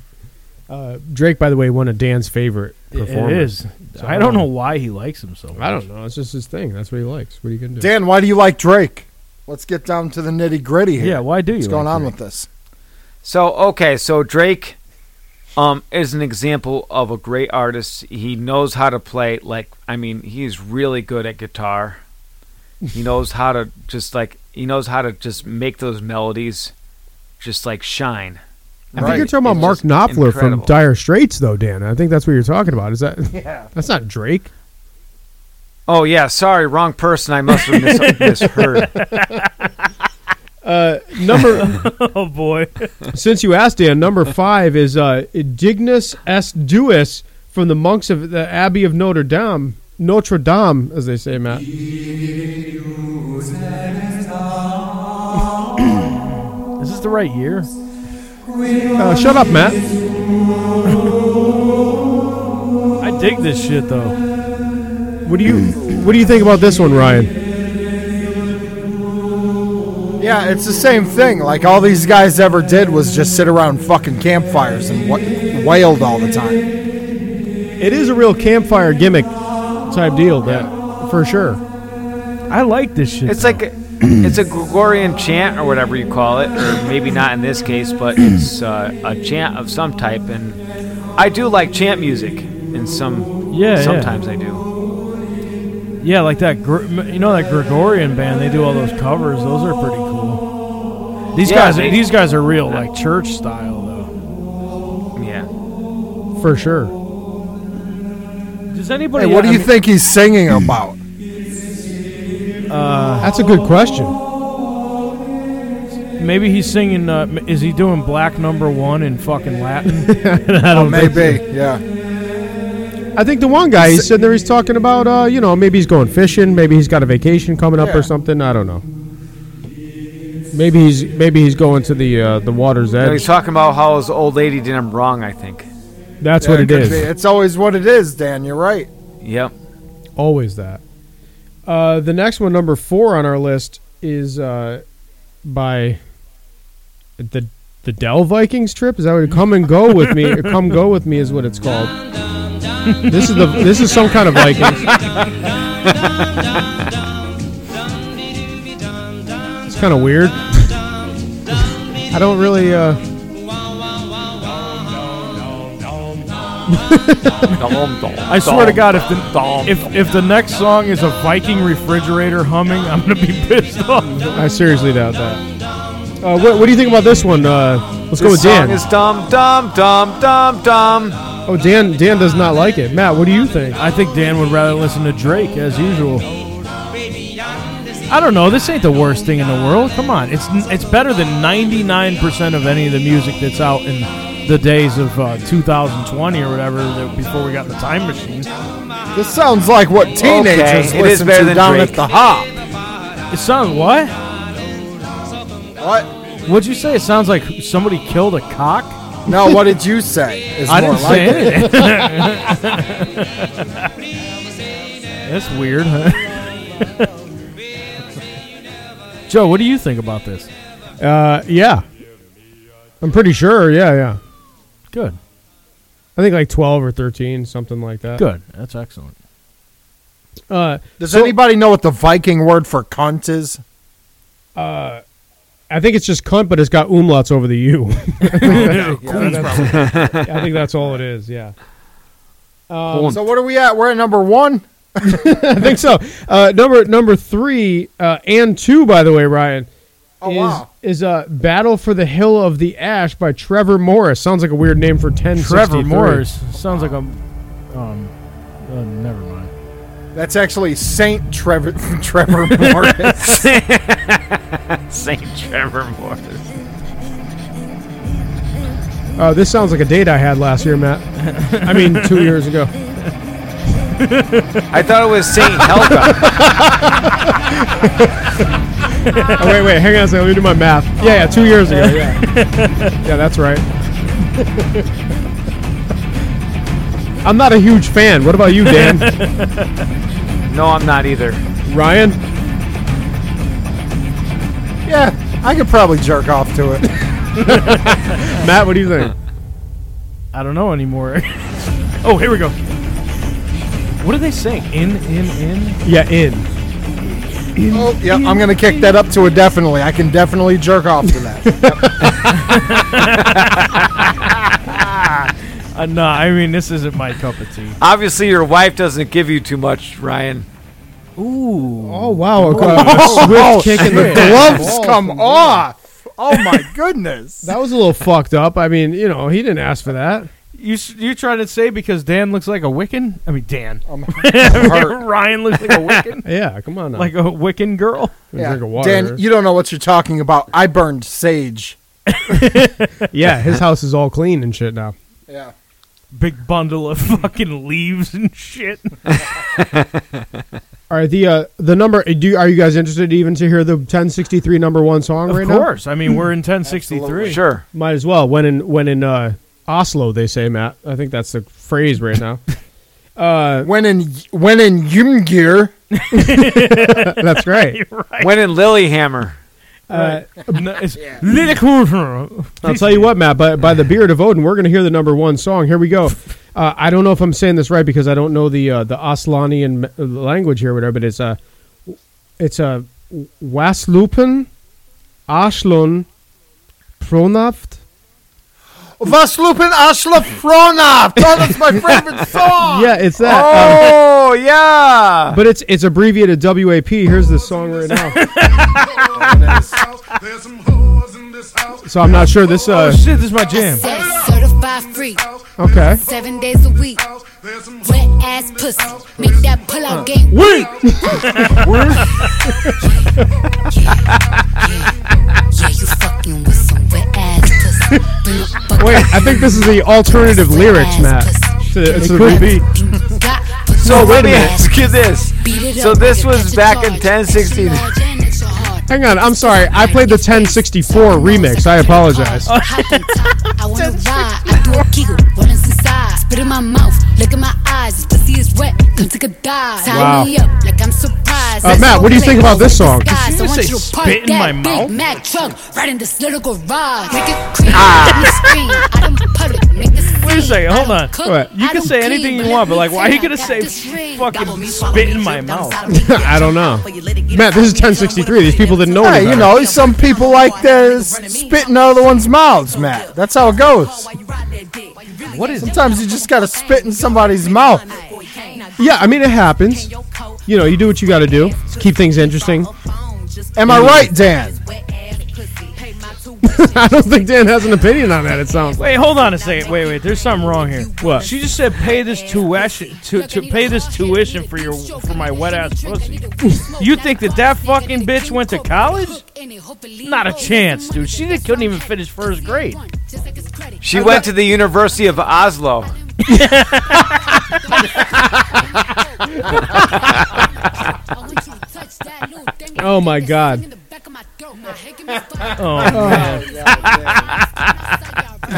[SPEAKER 1] Uh, Drake, by the way, one of Dan's favorite
[SPEAKER 4] It
[SPEAKER 1] performers.
[SPEAKER 4] is. I don't know why he likes him so much.
[SPEAKER 1] I don't know. It's just his thing. That's what he likes. What are you gonna do?
[SPEAKER 3] Dan, why do you like Drake? Let's get down to the nitty gritty here.
[SPEAKER 4] Yeah, why do you?
[SPEAKER 3] What's going
[SPEAKER 4] like
[SPEAKER 3] on
[SPEAKER 4] Drake?
[SPEAKER 3] with this?
[SPEAKER 2] So okay, so Drake um is an example of a great artist. He knows how to play like I mean, he's really good at guitar. He knows how to just like he knows how to just make those melodies just like shine.
[SPEAKER 1] I think you're
[SPEAKER 3] Right.
[SPEAKER 1] talking about
[SPEAKER 2] It's
[SPEAKER 1] Mark
[SPEAKER 2] just
[SPEAKER 1] Knopfler
[SPEAKER 2] incredible.
[SPEAKER 1] from Dire Straits, though, Dan. I think that's what you're talking about. Is that? Yeah. That's not Drake.
[SPEAKER 2] Oh yeah, sorry, wrong person. I must have mis- misheard.
[SPEAKER 1] Number.
[SPEAKER 4] Oh boy,
[SPEAKER 1] since you asked, Dan, number five is uh, Dignus S. Duis from the monks of the Abbey of Notre Dame. Notre Dame, as they say, Matt.
[SPEAKER 4] is this the right year?
[SPEAKER 1] Uh, shut up, Matt.
[SPEAKER 4] I dig this shit though.
[SPEAKER 1] What do you What do you think about this one, Ryan?
[SPEAKER 3] Yeah, it's the same thing. Like all these guys ever did was just sit around fucking campfires and wh- wailed all the time.
[SPEAKER 1] It is a real campfire gimmick type deal, that for sure.
[SPEAKER 4] I like this shit.
[SPEAKER 2] It's like a, it's a Gregorian chant or whatever you call it, or maybe not in this case, but it's uh, a chant of some type. And I do like chant music in some.
[SPEAKER 4] Yeah, yeah.
[SPEAKER 2] sometimes I do.
[SPEAKER 4] yeah, like that. Gr- you know that Gregorian band? They do all those covers. Those are pretty cool. These
[SPEAKER 2] Yeah,
[SPEAKER 4] guys,
[SPEAKER 2] they-
[SPEAKER 4] these guys are real like church style though.
[SPEAKER 2] Yeah,
[SPEAKER 1] For sure.
[SPEAKER 4] Does anybody?
[SPEAKER 3] Hey, what do
[SPEAKER 4] I
[SPEAKER 3] you
[SPEAKER 4] mean-
[SPEAKER 3] think he's singing about?
[SPEAKER 1] That's a good question.
[SPEAKER 4] Maybe he's singing. Uh, m- is he Oh,
[SPEAKER 3] Oh,
[SPEAKER 4] doing Black Number One in fucking Latin?
[SPEAKER 3] Maybe. Yeah.
[SPEAKER 1] I think the one guy he's sitting there, he's talking about, uh, you know, maybe he's going fishing, maybe he's got a vacation coming up
[SPEAKER 3] Yeah.
[SPEAKER 1] or something. I don't know. Maybe he's maybe he's going to the uh, the water's
[SPEAKER 2] No, he's
[SPEAKER 1] edge.
[SPEAKER 2] talking about how his old lady did him wrong. I think.
[SPEAKER 1] That's
[SPEAKER 3] Yeah,
[SPEAKER 1] what
[SPEAKER 3] it
[SPEAKER 1] it
[SPEAKER 3] could
[SPEAKER 1] is.
[SPEAKER 3] be. It's always what it is, Dan. You're right.
[SPEAKER 2] Yep.
[SPEAKER 1] Always that. Uh, the next one, number four on our list, is uh, by the the Dell Vikings trip. Is that what? Come and go with me. or Come go with me is what it's called. this is the this is some kind of Vikings. it's kind of weird. I don't really. Uh,
[SPEAKER 4] I swear to God, if the if, if the next song is a Viking refrigerator humming, I'm gonna be pissed off.
[SPEAKER 1] I seriously doubt that. Uh, what, what do you think about this one? Uh, let's go with
[SPEAKER 2] This
[SPEAKER 1] Dan.
[SPEAKER 2] song is dumb, dumb, dumb, dumb, dumb.
[SPEAKER 1] Oh, Dan! Dan does not like it. Matt, what do you think?
[SPEAKER 4] I think Dan would rather listen to Drake as usual. I don't know. This ain't the worst thing in the world. Come on, it's it's better than 99% of any of the music that's out in the days of uh, 2020 or whatever that before we got the time machine.
[SPEAKER 3] This sounds like what teenagers
[SPEAKER 2] it is
[SPEAKER 3] listen
[SPEAKER 2] better
[SPEAKER 3] to
[SPEAKER 2] than
[SPEAKER 3] down
[SPEAKER 2] Drake.
[SPEAKER 3] at the hop.
[SPEAKER 4] It sounds what?
[SPEAKER 3] What?
[SPEAKER 4] What'd you say? It sounds like somebody killed a cock.
[SPEAKER 3] No, what did you say? Is
[SPEAKER 4] I
[SPEAKER 3] more
[SPEAKER 4] didn't
[SPEAKER 3] like
[SPEAKER 4] say
[SPEAKER 3] it.
[SPEAKER 4] anything. That's weird, huh? Joe, what do you think about this?
[SPEAKER 1] Uh, yeah, I'm pretty sure. Yeah, yeah.
[SPEAKER 4] Good,
[SPEAKER 1] I think like 12 or 13, something like that.
[SPEAKER 4] good. That's excellent.
[SPEAKER 1] Uh,
[SPEAKER 3] Does anybody know what the Viking word for cunt is?
[SPEAKER 1] I think it's just cunt, but it's got umlauts over the u.
[SPEAKER 3] so
[SPEAKER 1] I think that's all it is. Yeah,
[SPEAKER 3] what are we at? We're at number one.
[SPEAKER 1] I think so. Uh, number number three uh, and two, by the way, Ryan.
[SPEAKER 3] Oh
[SPEAKER 1] is,
[SPEAKER 3] wow!
[SPEAKER 1] Is uh, "Battle for the Hill of the Ash" by Trevor Morris? Sounds like a weird name for ten.
[SPEAKER 4] Trevor Morris sounds like a. Um, uh, never mind.
[SPEAKER 3] That's actually Saint Trevor Trevor Morris.
[SPEAKER 2] Saint Trevor Morris.
[SPEAKER 1] Uh, this sounds like a date I had last year, Matt. I mean, two years ago.
[SPEAKER 2] I thought it was Saint Helga.
[SPEAKER 1] Oh, wait, wait, hang on a second. Let me do my math. Yeah, yeah, two years ago. Yeah, yeah, that's right. I'm not a huge fan. What about you, Dan?
[SPEAKER 2] no, I'm not either.
[SPEAKER 1] Ryan?
[SPEAKER 3] yeah, I could probably jerk off to it.
[SPEAKER 1] Matt, what do you think?
[SPEAKER 4] I don't know anymore. oh, here we go. What do they sing? In, in, in.
[SPEAKER 1] Yeah, in.
[SPEAKER 3] Oh, yeah, I'm gonna kick that up to a definitely. I can definitely jerk off to that.
[SPEAKER 4] Uh, no, I mean this isn't my cup of tea.
[SPEAKER 2] Obviously, your wife doesn't give you too much, Ryan.
[SPEAKER 4] Ooh.
[SPEAKER 1] Oh, wow. A, a swift kick in the
[SPEAKER 3] Oh,
[SPEAKER 1] Oh,
[SPEAKER 3] Gloves come off. Oh my goodness!
[SPEAKER 1] That was a little fucked up. I mean, you know, he didn't ask for that.
[SPEAKER 4] You s- you trying to say because Dan looks like a Wiccan? I mean Dan.
[SPEAKER 1] oh,
[SPEAKER 3] I'm
[SPEAKER 4] Ryan looks like a Wiccan,
[SPEAKER 1] Yeah, come on now.
[SPEAKER 4] like a Wiccan girl.
[SPEAKER 1] yeah. drink of water.
[SPEAKER 3] Dan, you don't know what you're talking about. I burned sage.
[SPEAKER 1] yeah, his house is all clean and shit now.
[SPEAKER 3] Yeah.
[SPEAKER 4] Big bundle of fucking leaves and shit.
[SPEAKER 1] All right, the uh, the number. Do you, are you guys interested even to hear the 1063 number one song
[SPEAKER 4] Of
[SPEAKER 1] right now?
[SPEAKER 4] course. I mean, we're in 1063.
[SPEAKER 2] Sure.
[SPEAKER 1] Might as well. When in when in uh, Oslo, they say, Matt. I think that's the phrase right now. uh,
[SPEAKER 3] When in when in Yumgir,
[SPEAKER 1] that's right.
[SPEAKER 4] Right.
[SPEAKER 2] When in Lilyhammer.
[SPEAKER 1] Uh,
[SPEAKER 4] No, it's Lineker.
[SPEAKER 1] I'll tell you what, Matt. By by the beard of Odin, we're going to hear the number one song. Here we go. Uh, I don't know if I'm saying this right because I don't know the uh, the Oslanian m- language here, or whatever. But it's a it's uh, a Waslupen, Ashlun, Pronaft.
[SPEAKER 3] was lupin Ashla Frona. Oh, that's my favorite song.
[SPEAKER 1] Yeah, it's that. um,
[SPEAKER 2] Oh yeah.
[SPEAKER 1] but it's it's abbreviated WAP. Here's the song right now.
[SPEAKER 5] There's some hoes in this house.
[SPEAKER 1] So I'm not sure this.
[SPEAKER 4] Oh,
[SPEAKER 1] Uh,
[SPEAKER 4] shit, this is my jam.
[SPEAKER 6] Said it's certified free,
[SPEAKER 1] okay.
[SPEAKER 6] seven days a week.
[SPEAKER 5] There's some
[SPEAKER 6] Wet ass pussy, make that pull out game.
[SPEAKER 1] Wait.
[SPEAKER 6] Yeah, you fucking with some wet ass pussy. Bring a bucket
[SPEAKER 1] Wait, I think this is the alternative
[SPEAKER 6] of wet
[SPEAKER 1] lyrics,
[SPEAKER 6] ass
[SPEAKER 1] Matt.
[SPEAKER 6] pussy.
[SPEAKER 1] To, to the
[SPEAKER 6] Wet
[SPEAKER 1] beat.
[SPEAKER 6] ass
[SPEAKER 2] So let me
[SPEAKER 6] minute.
[SPEAKER 2] ask you this. So this was back in 1060.
[SPEAKER 1] Hang on, I'm sorry. I played the 1064 remix. I apologize.
[SPEAKER 6] Oh, I wonder why. I do a giggle, what is inside? Spit in my mouth, look in my eyes. This pussy is wet, come take a dive. Tie
[SPEAKER 1] Wow.
[SPEAKER 6] me up like I'm surprised.
[SPEAKER 1] Uh, Matt, what do you think about this song?
[SPEAKER 6] Guys,
[SPEAKER 4] Did you
[SPEAKER 6] I
[SPEAKER 4] just
[SPEAKER 6] want
[SPEAKER 4] say
[SPEAKER 6] you to park
[SPEAKER 4] spit in
[SPEAKER 6] that
[SPEAKER 4] my
[SPEAKER 6] Big
[SPEAKER 4] mouth?
[SPEAKER 6] Mac truck right in this little garage. Make
[SPEAKER 1] Ah.
[SPEAKER 6] it cream, let me scream. I don't public, make this
[SPEAKER 4] Wait a second, hold on.
[SPEAKER 1] What?
[SPEAKER 4] You can say anything you want, but like, why are you gonna say fucking spit in my mouth?
[SPEAKER 1] I don't know. Matt, this is 1063. These people didn't know
[SPEAKER 3] Hey,
[SPEAKER 1] any
[SPEAKER 3] you
[SPEAKER 1] better.
[SPEAKER 3] know, some people like to s- spit in other one's mouths, Matt. That's how it goes.
[SPEAKER 4] What is
[SPEAKER 3] Sometimes you just gotta spit in somebody's mouth.
[SPEAKER 1] Yeah, I mean, it happens. You know, you do what you got to do. Keep things interesting.
[SPEAKER 3] Am I right, Dan?
[SPEAKER 1] I don't think Dan has an opinion on that, it sounds like.
[SPEAKER 4] Wait, hold on a second. Wait, wait. There's something wrong here.
[SPEAKER 1] What?
[SPEAKER 4] She just said pay this tuition to, to pay this tuition for your for my wet ass pussy. You think that that fucking bitch went to college? Not a chance, dude. She just couldn't even finish first grade.
[SPEAKER 2] She went to the University of Oslo.
[SPEAKER 1] Oh, my God.
[SPEAKER 4] Oh, man.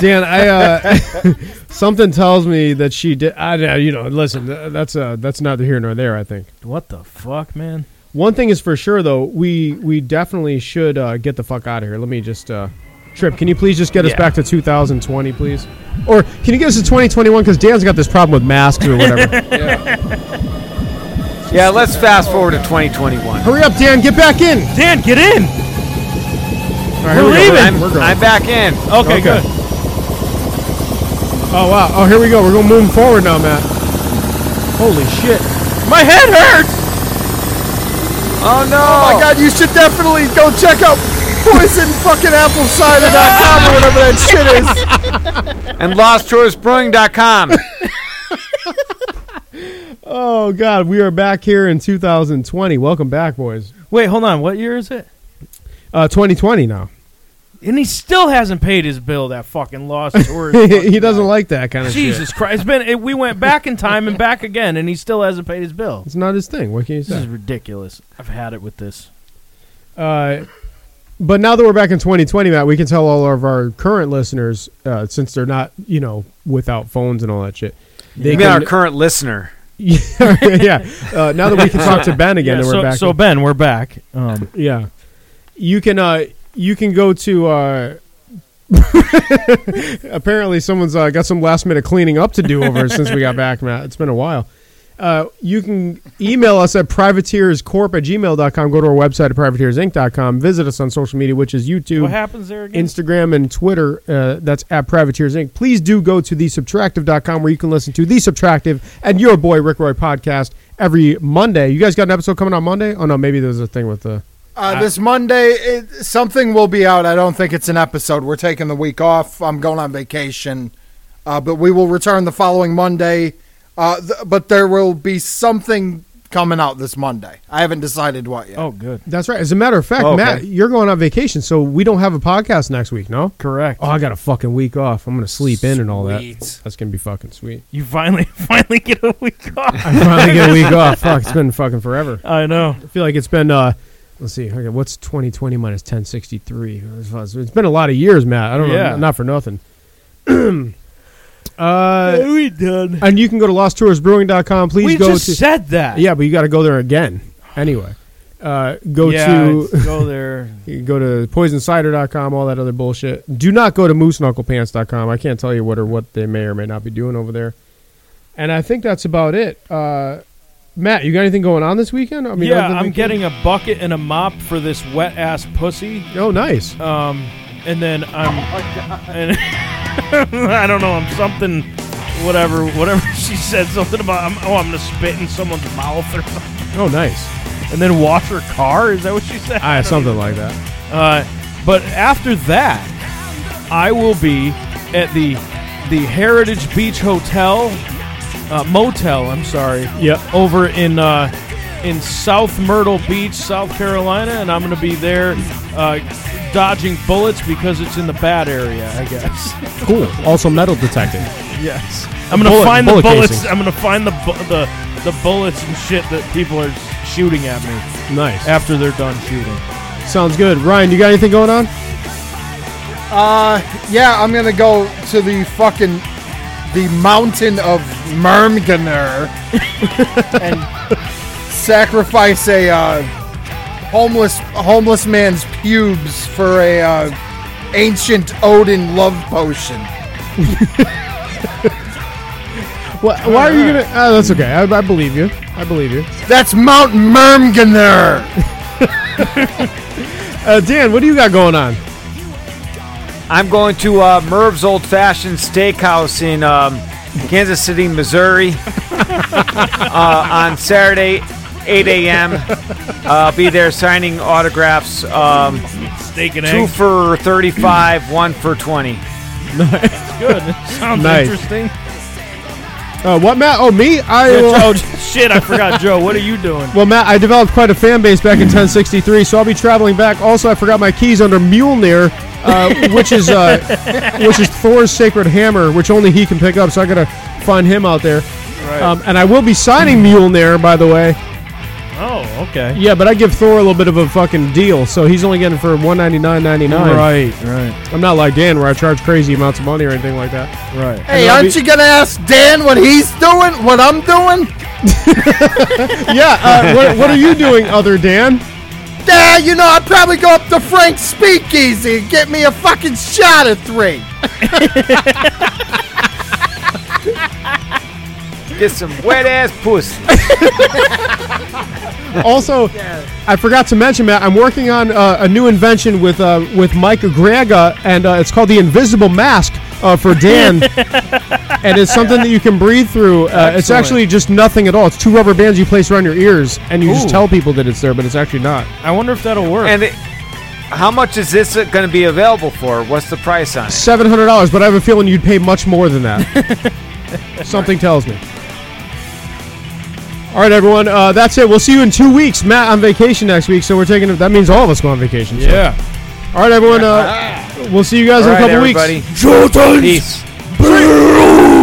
[SPEAKER 1] Dan, I, uh, something tells me that she did. I, you know, listen, th- that's, uh, that's neither here nor there, I think.
[SPEAKER 4] what the fuck, man?
[SPEAKER 1] One thing is for sure, though, we we definitely should uh, get the fuck out of here. Let me just uh, trip. Can you please just get us
[SPEAKER 2] Yeah.
[SPEAKER 1] back to 2020, please? Or can you get us to 2021? Because Dan's got this problem with masks or whatever.
[SPEAKER 2] Yeah, let's fast forward to 2021.
[SPEAKER 1] Hurry up, Dan, get back in.
[SPEAKER 4] Dan, get in.
[SPEAKER 1] All right, here
[SPEAKER 4] We're
[SPEAKER 1] we go.
[SPEAKER 4] leaving.
[SPEAKER 1] We're
[SPEAKER 2] I'm,
[SPEAKER 1] going.
[SPEAKER 2] I'm back in.
[SPEAKER 4] Okay,
[SPEAKER 1] Okay.
[SPEAKER 4] good.
[SPEAKER 1] Oh wow. Oh, here we go. We're going moving forward now, Matt. Holy shit.
[SPEAKER 4] My head hurts.
[SPEAKER 2] Oh no!
[SPEAKER 3] Oh my god, you should definitely go check out poison fucking apple cider.com or whatever that shit is.
[SPEAKER 2] And lostchoicebrewing.com.
[SPEAKER 1] Oh god, we are back here in 2020. Welcome back, boys.
[SPEAKER 4] Wait, hold on. What year is it?
[SPEAKER 1] Uh, 2020 now.
[SPEAKER 4] And he still hasn't paid his bill. That fucking lost tourist. fucking
[SPEAKER 1] he doesn't
[SPEAKER 4] guy.
[SPEAKER 1] like that kind of shit.
[SPEAKER 4] Jesus Christ! It's been it, we went back in time and back again, and he still hasn't paid his bill.
[SPEAKER 1] It's not his thing. What can you
[SPEAKER 4] This is
[SPEAKER 1] say?
[SPEAKER 4] ridiculous. I've had it with this.
[SPEAKER 1] Uh, but now that we're back in 2020, Matt, we can tell all of our current listeners, uh, since they're not, you know, without phones and all that shit. They
[SPEAKER 2] You mean our current listener?
[SPEAKER 1] yeah. Uh, now that we can talk to Ben again,
[SPEAKER 4] Yeah,
[SPEAKER 1] and we're
[SPEAKER 4] so,
[SPEAKER 1] back.
[SPEAKER 4] so
[SPEAKER 1] in-
[SPEAKER 4] Ben, we're back. Um,
[SPEAKER 1] Yeah. You can uh you can go to uh apparently someone's uh, got some last minute cleaning up to do over since we got back, Matt. It's been a while. Uh, you can email us at privateerscorp at gmail.com. Go to our website at privateersinc.com. Visit us on social media, which is
[SPEAKER 4] what
[SPEAKER 1] YouTube,
[SPEAKER 4] happens there again?
[SPEAKER 1] Instagram, and Twitter. Uh, that's at Privateers Inc. Please do go to thesubtractive.com where you can listen to The Subtractive and your boy Rick Roy podcast every Monday. You guys got an episode coming on Monday? Oh, no, maybe there's a thing with the.
[SPEAKER 3] Uh, this Monday, it, something will be out. I don't think it's an episode. We're taking the week off. I'm going on vacation. Uh, but we will return the following Monday. Uh, th- but there will be something coming out this Monday. I haven't decided what yet.
[SPEAKER 4] Oh, good.
[SPEAKER 1] That's right. As a matter of fact,
[SPEAKER 2] Oh, okay.
[SPEAKER 1] Matt, you're going on vacation, so we don't have a podcast next week, no?
[SPEAKER 4] Correct.
[SPEAKER 1] Oh, I got a fucking week off. I'm gonna sleep in and all that.
[SPEAKER 3] Sweet.
[SPEAKER 1] That's gonna be fucking sweet.
[SPEAKER 4] You finally finally get a week off.
[SPEAKER 1] I finally get a week off. Fuck, it's been fucking forever.
[SPEAKER 4] I know.
[SPEAKER 1] I feel like it's been. uh Let's see. Okay, what's 2020 minus 1063? It's been a lot of years, Matt. I don't
[SPEAKER 4] Yeah.
[SPEAKER 1] know. Not for nothing. uh,
[SPEAKER 4] we done.
[SPEAKER 1] and you can go to losttouristbrewing.com. Please
[SPEAKER 4] we
[SPEAKER 1] go
[SPEAKER 4] just
[SPEAKER 1] to.
[SPEAKER 4] said that.
[SPEAKER 1] yeah, but you got to go there again. Anyway, uh, go
[SPEAKER 4] Yeah,
[SPEAKER 1] to.
[SPEAKER 4] it's- go there.
[SPEAKER 1] You can go to poisoncider.com, all that other bullshit. Do not go to mooseknucklepants.com. I can't tell you what or what they may or may not be doing over there. And I think that's about it. Uh, Matt, you got anything going on this weekend? I
[SPEAKER 4] yeah,
[SPEAKER 1] other than-
[SPEAKER 4] I'm getting a bucket and a mop for this wet ass pussy.
[SPEAKER 1] Oh, nice.
[SPEAKER 4] Um, and then
[SPEAKER 1] Oh
[SPEAKER 4] I'm, and I don't know, I'm something, whatever, whatever she said something about. I'm, oh, I'm gonna spit in someone's mouth or something,
[SPEAKER 1] Oh, nice.
[SPEAKER 4] and then wash her car. Is that what she said?
[SPEAKER 1] Ah, something like that.
[SPEAKER 4] Uh, but after that, I will be at the the Heritage Beach Hotel, uh, motel. I'm sorry,
[SPEAKER 1] Yep.
[SPEAKER 4] over in uh, in South Myrtle Beach, South Carolina, and I'm going to be there uh, dodging bullets because it's in the bad area, I guess.
[SPEAKER 1] Cool. Also, metal detecting.
[SPEAKER 4] yes, I'm going to
[SPEAKER 1] Bullet-
[SPEAKER 4] find the
[SPEAKER 1] bullet
[SPEAKER 4] bullets.
[SPEAKER 1] casings.
[SPEAKER 4] I'm going to find the bu- the the bullets and shit that people are shooting at me
[SPEAKER 1] Nice.
[SPEAKER 4] after they're done shooting.
[SPEAKER 1] Sounds good. Ryan, you got anything going on?
[SPEAKER 3] Uh, yeah, I'm gonna go to the fucking the mountain of Mermganer and sacrifice a uh, homeless a homeless man's pubes for a uh, ancient Odin love potion.
[SPEAKER 1] Why, why are you gonna? Uh, that's okay. I, I believe you. I believe you.
[SPEAKER 3] That's Mount Mermganer.
[SPEAKER 1] Uh, Dan, what do you got going on?
[SPEAKER 2] I'm going to uh, Merv's Old Fashioned Steakhouse in um, Kansas City, Missouri, uh, on Saturday, 8 a.m. Uh, I'll be there signing autographs. Um,
[SPEAKER 4] Steak and
[SPEAKER 2] two
[SPEAKER 4] eggs.
[SPEAKER 2] for 35, one for 20.
[SPEAKER 4] Good. Sounds
[SPEAKER 1] Nice.
[SPEAKER 4] interesting.
[SPEAKER 1] Uh, what, Matt? Oh, me? I
[SPEAKER 4] Joe,
[SPEAKER 1] will,
[SPEAKER 4] shit, I forgot, Joe. What are you doing?
[SPEAKER 1] well, Matt, I developed quite a fan base back in 1063, so I'll be traveling back. Also, I forgot my keys under Mjolnir, uh, which is uh, which is Thor's sacred hammer, which only he can pick up. So I gotta find him out there. Um, and I will be signing Mjolnir, by the way.
[SPEAKER 4] Oh, okay.
[SPEAKER 1] Yeah, but I give Thor a little bit of a fucking deal, so he's only getting it for 199.99.
[SPEAKER 4] Right, right,
[SPEAKER 1] I'm not like Dan, where I charge crazy amounts of money or anything like that.
[SPEAKER 4] right.
[SPEAKER 3] Hey,
[SPEAKER 1] I'll
[SPEAKER 3] aren't
[SPEAKER 1] be-
[SPEAKER 3] you gonna ask Dan what he's doing? What I'm doing?
[SPEAKER 1] Yeah, uh, what, what are you doing, other Dan?
[SPEAKER 3] Yeah, you know, I'd probably go up to Frank's Speakeasy and get me a fucking shot at three.
[SPEAKER 2] Get some wet ass pussy.
[SPEAKER 1] Also, I forgot to mention, Matt, I'm working on uh, a new invention with uh, with Mike Grega, and uh, it's called the Invisible Mask uh, for Dan. and it's something that you can breathe through. Uh, it's
[SPEAKER 4] Excellent.
[SPEAKER 1] actually just nothing at all. It's two rubber bands you place around your ears, and you
[SPEAKER 4] Ooh.
[SPEAKER 1] just tell people that it's there, but it's actually not.
[SPEAKER 4] I wonder if that'll work.
[SPEAKER 2] And it, how much is this going to be available for? What's the price on it?
[SPEAKER 1] Seven hundred dollars, but I have a feeling you'd pay much more than that. Something tells me. All right, everyone, uh, that's it. We'll see you in two weeks. Matt on vacation next week, so we're taking. That means all of us go on vacation. so-
[SPEAKER 4] yeah.
[SPEAKER 1] All right, everyone. Uh, we'll see you guys
[SPEAKER 2] All
[SPEAKER 1] in a
[SPEAKER 2] right,
[SPEAKER 1] couple
[SPEAKER 2] everybody.
[SPEAKER 1] weeks.
[SPEAKER 2] Peace.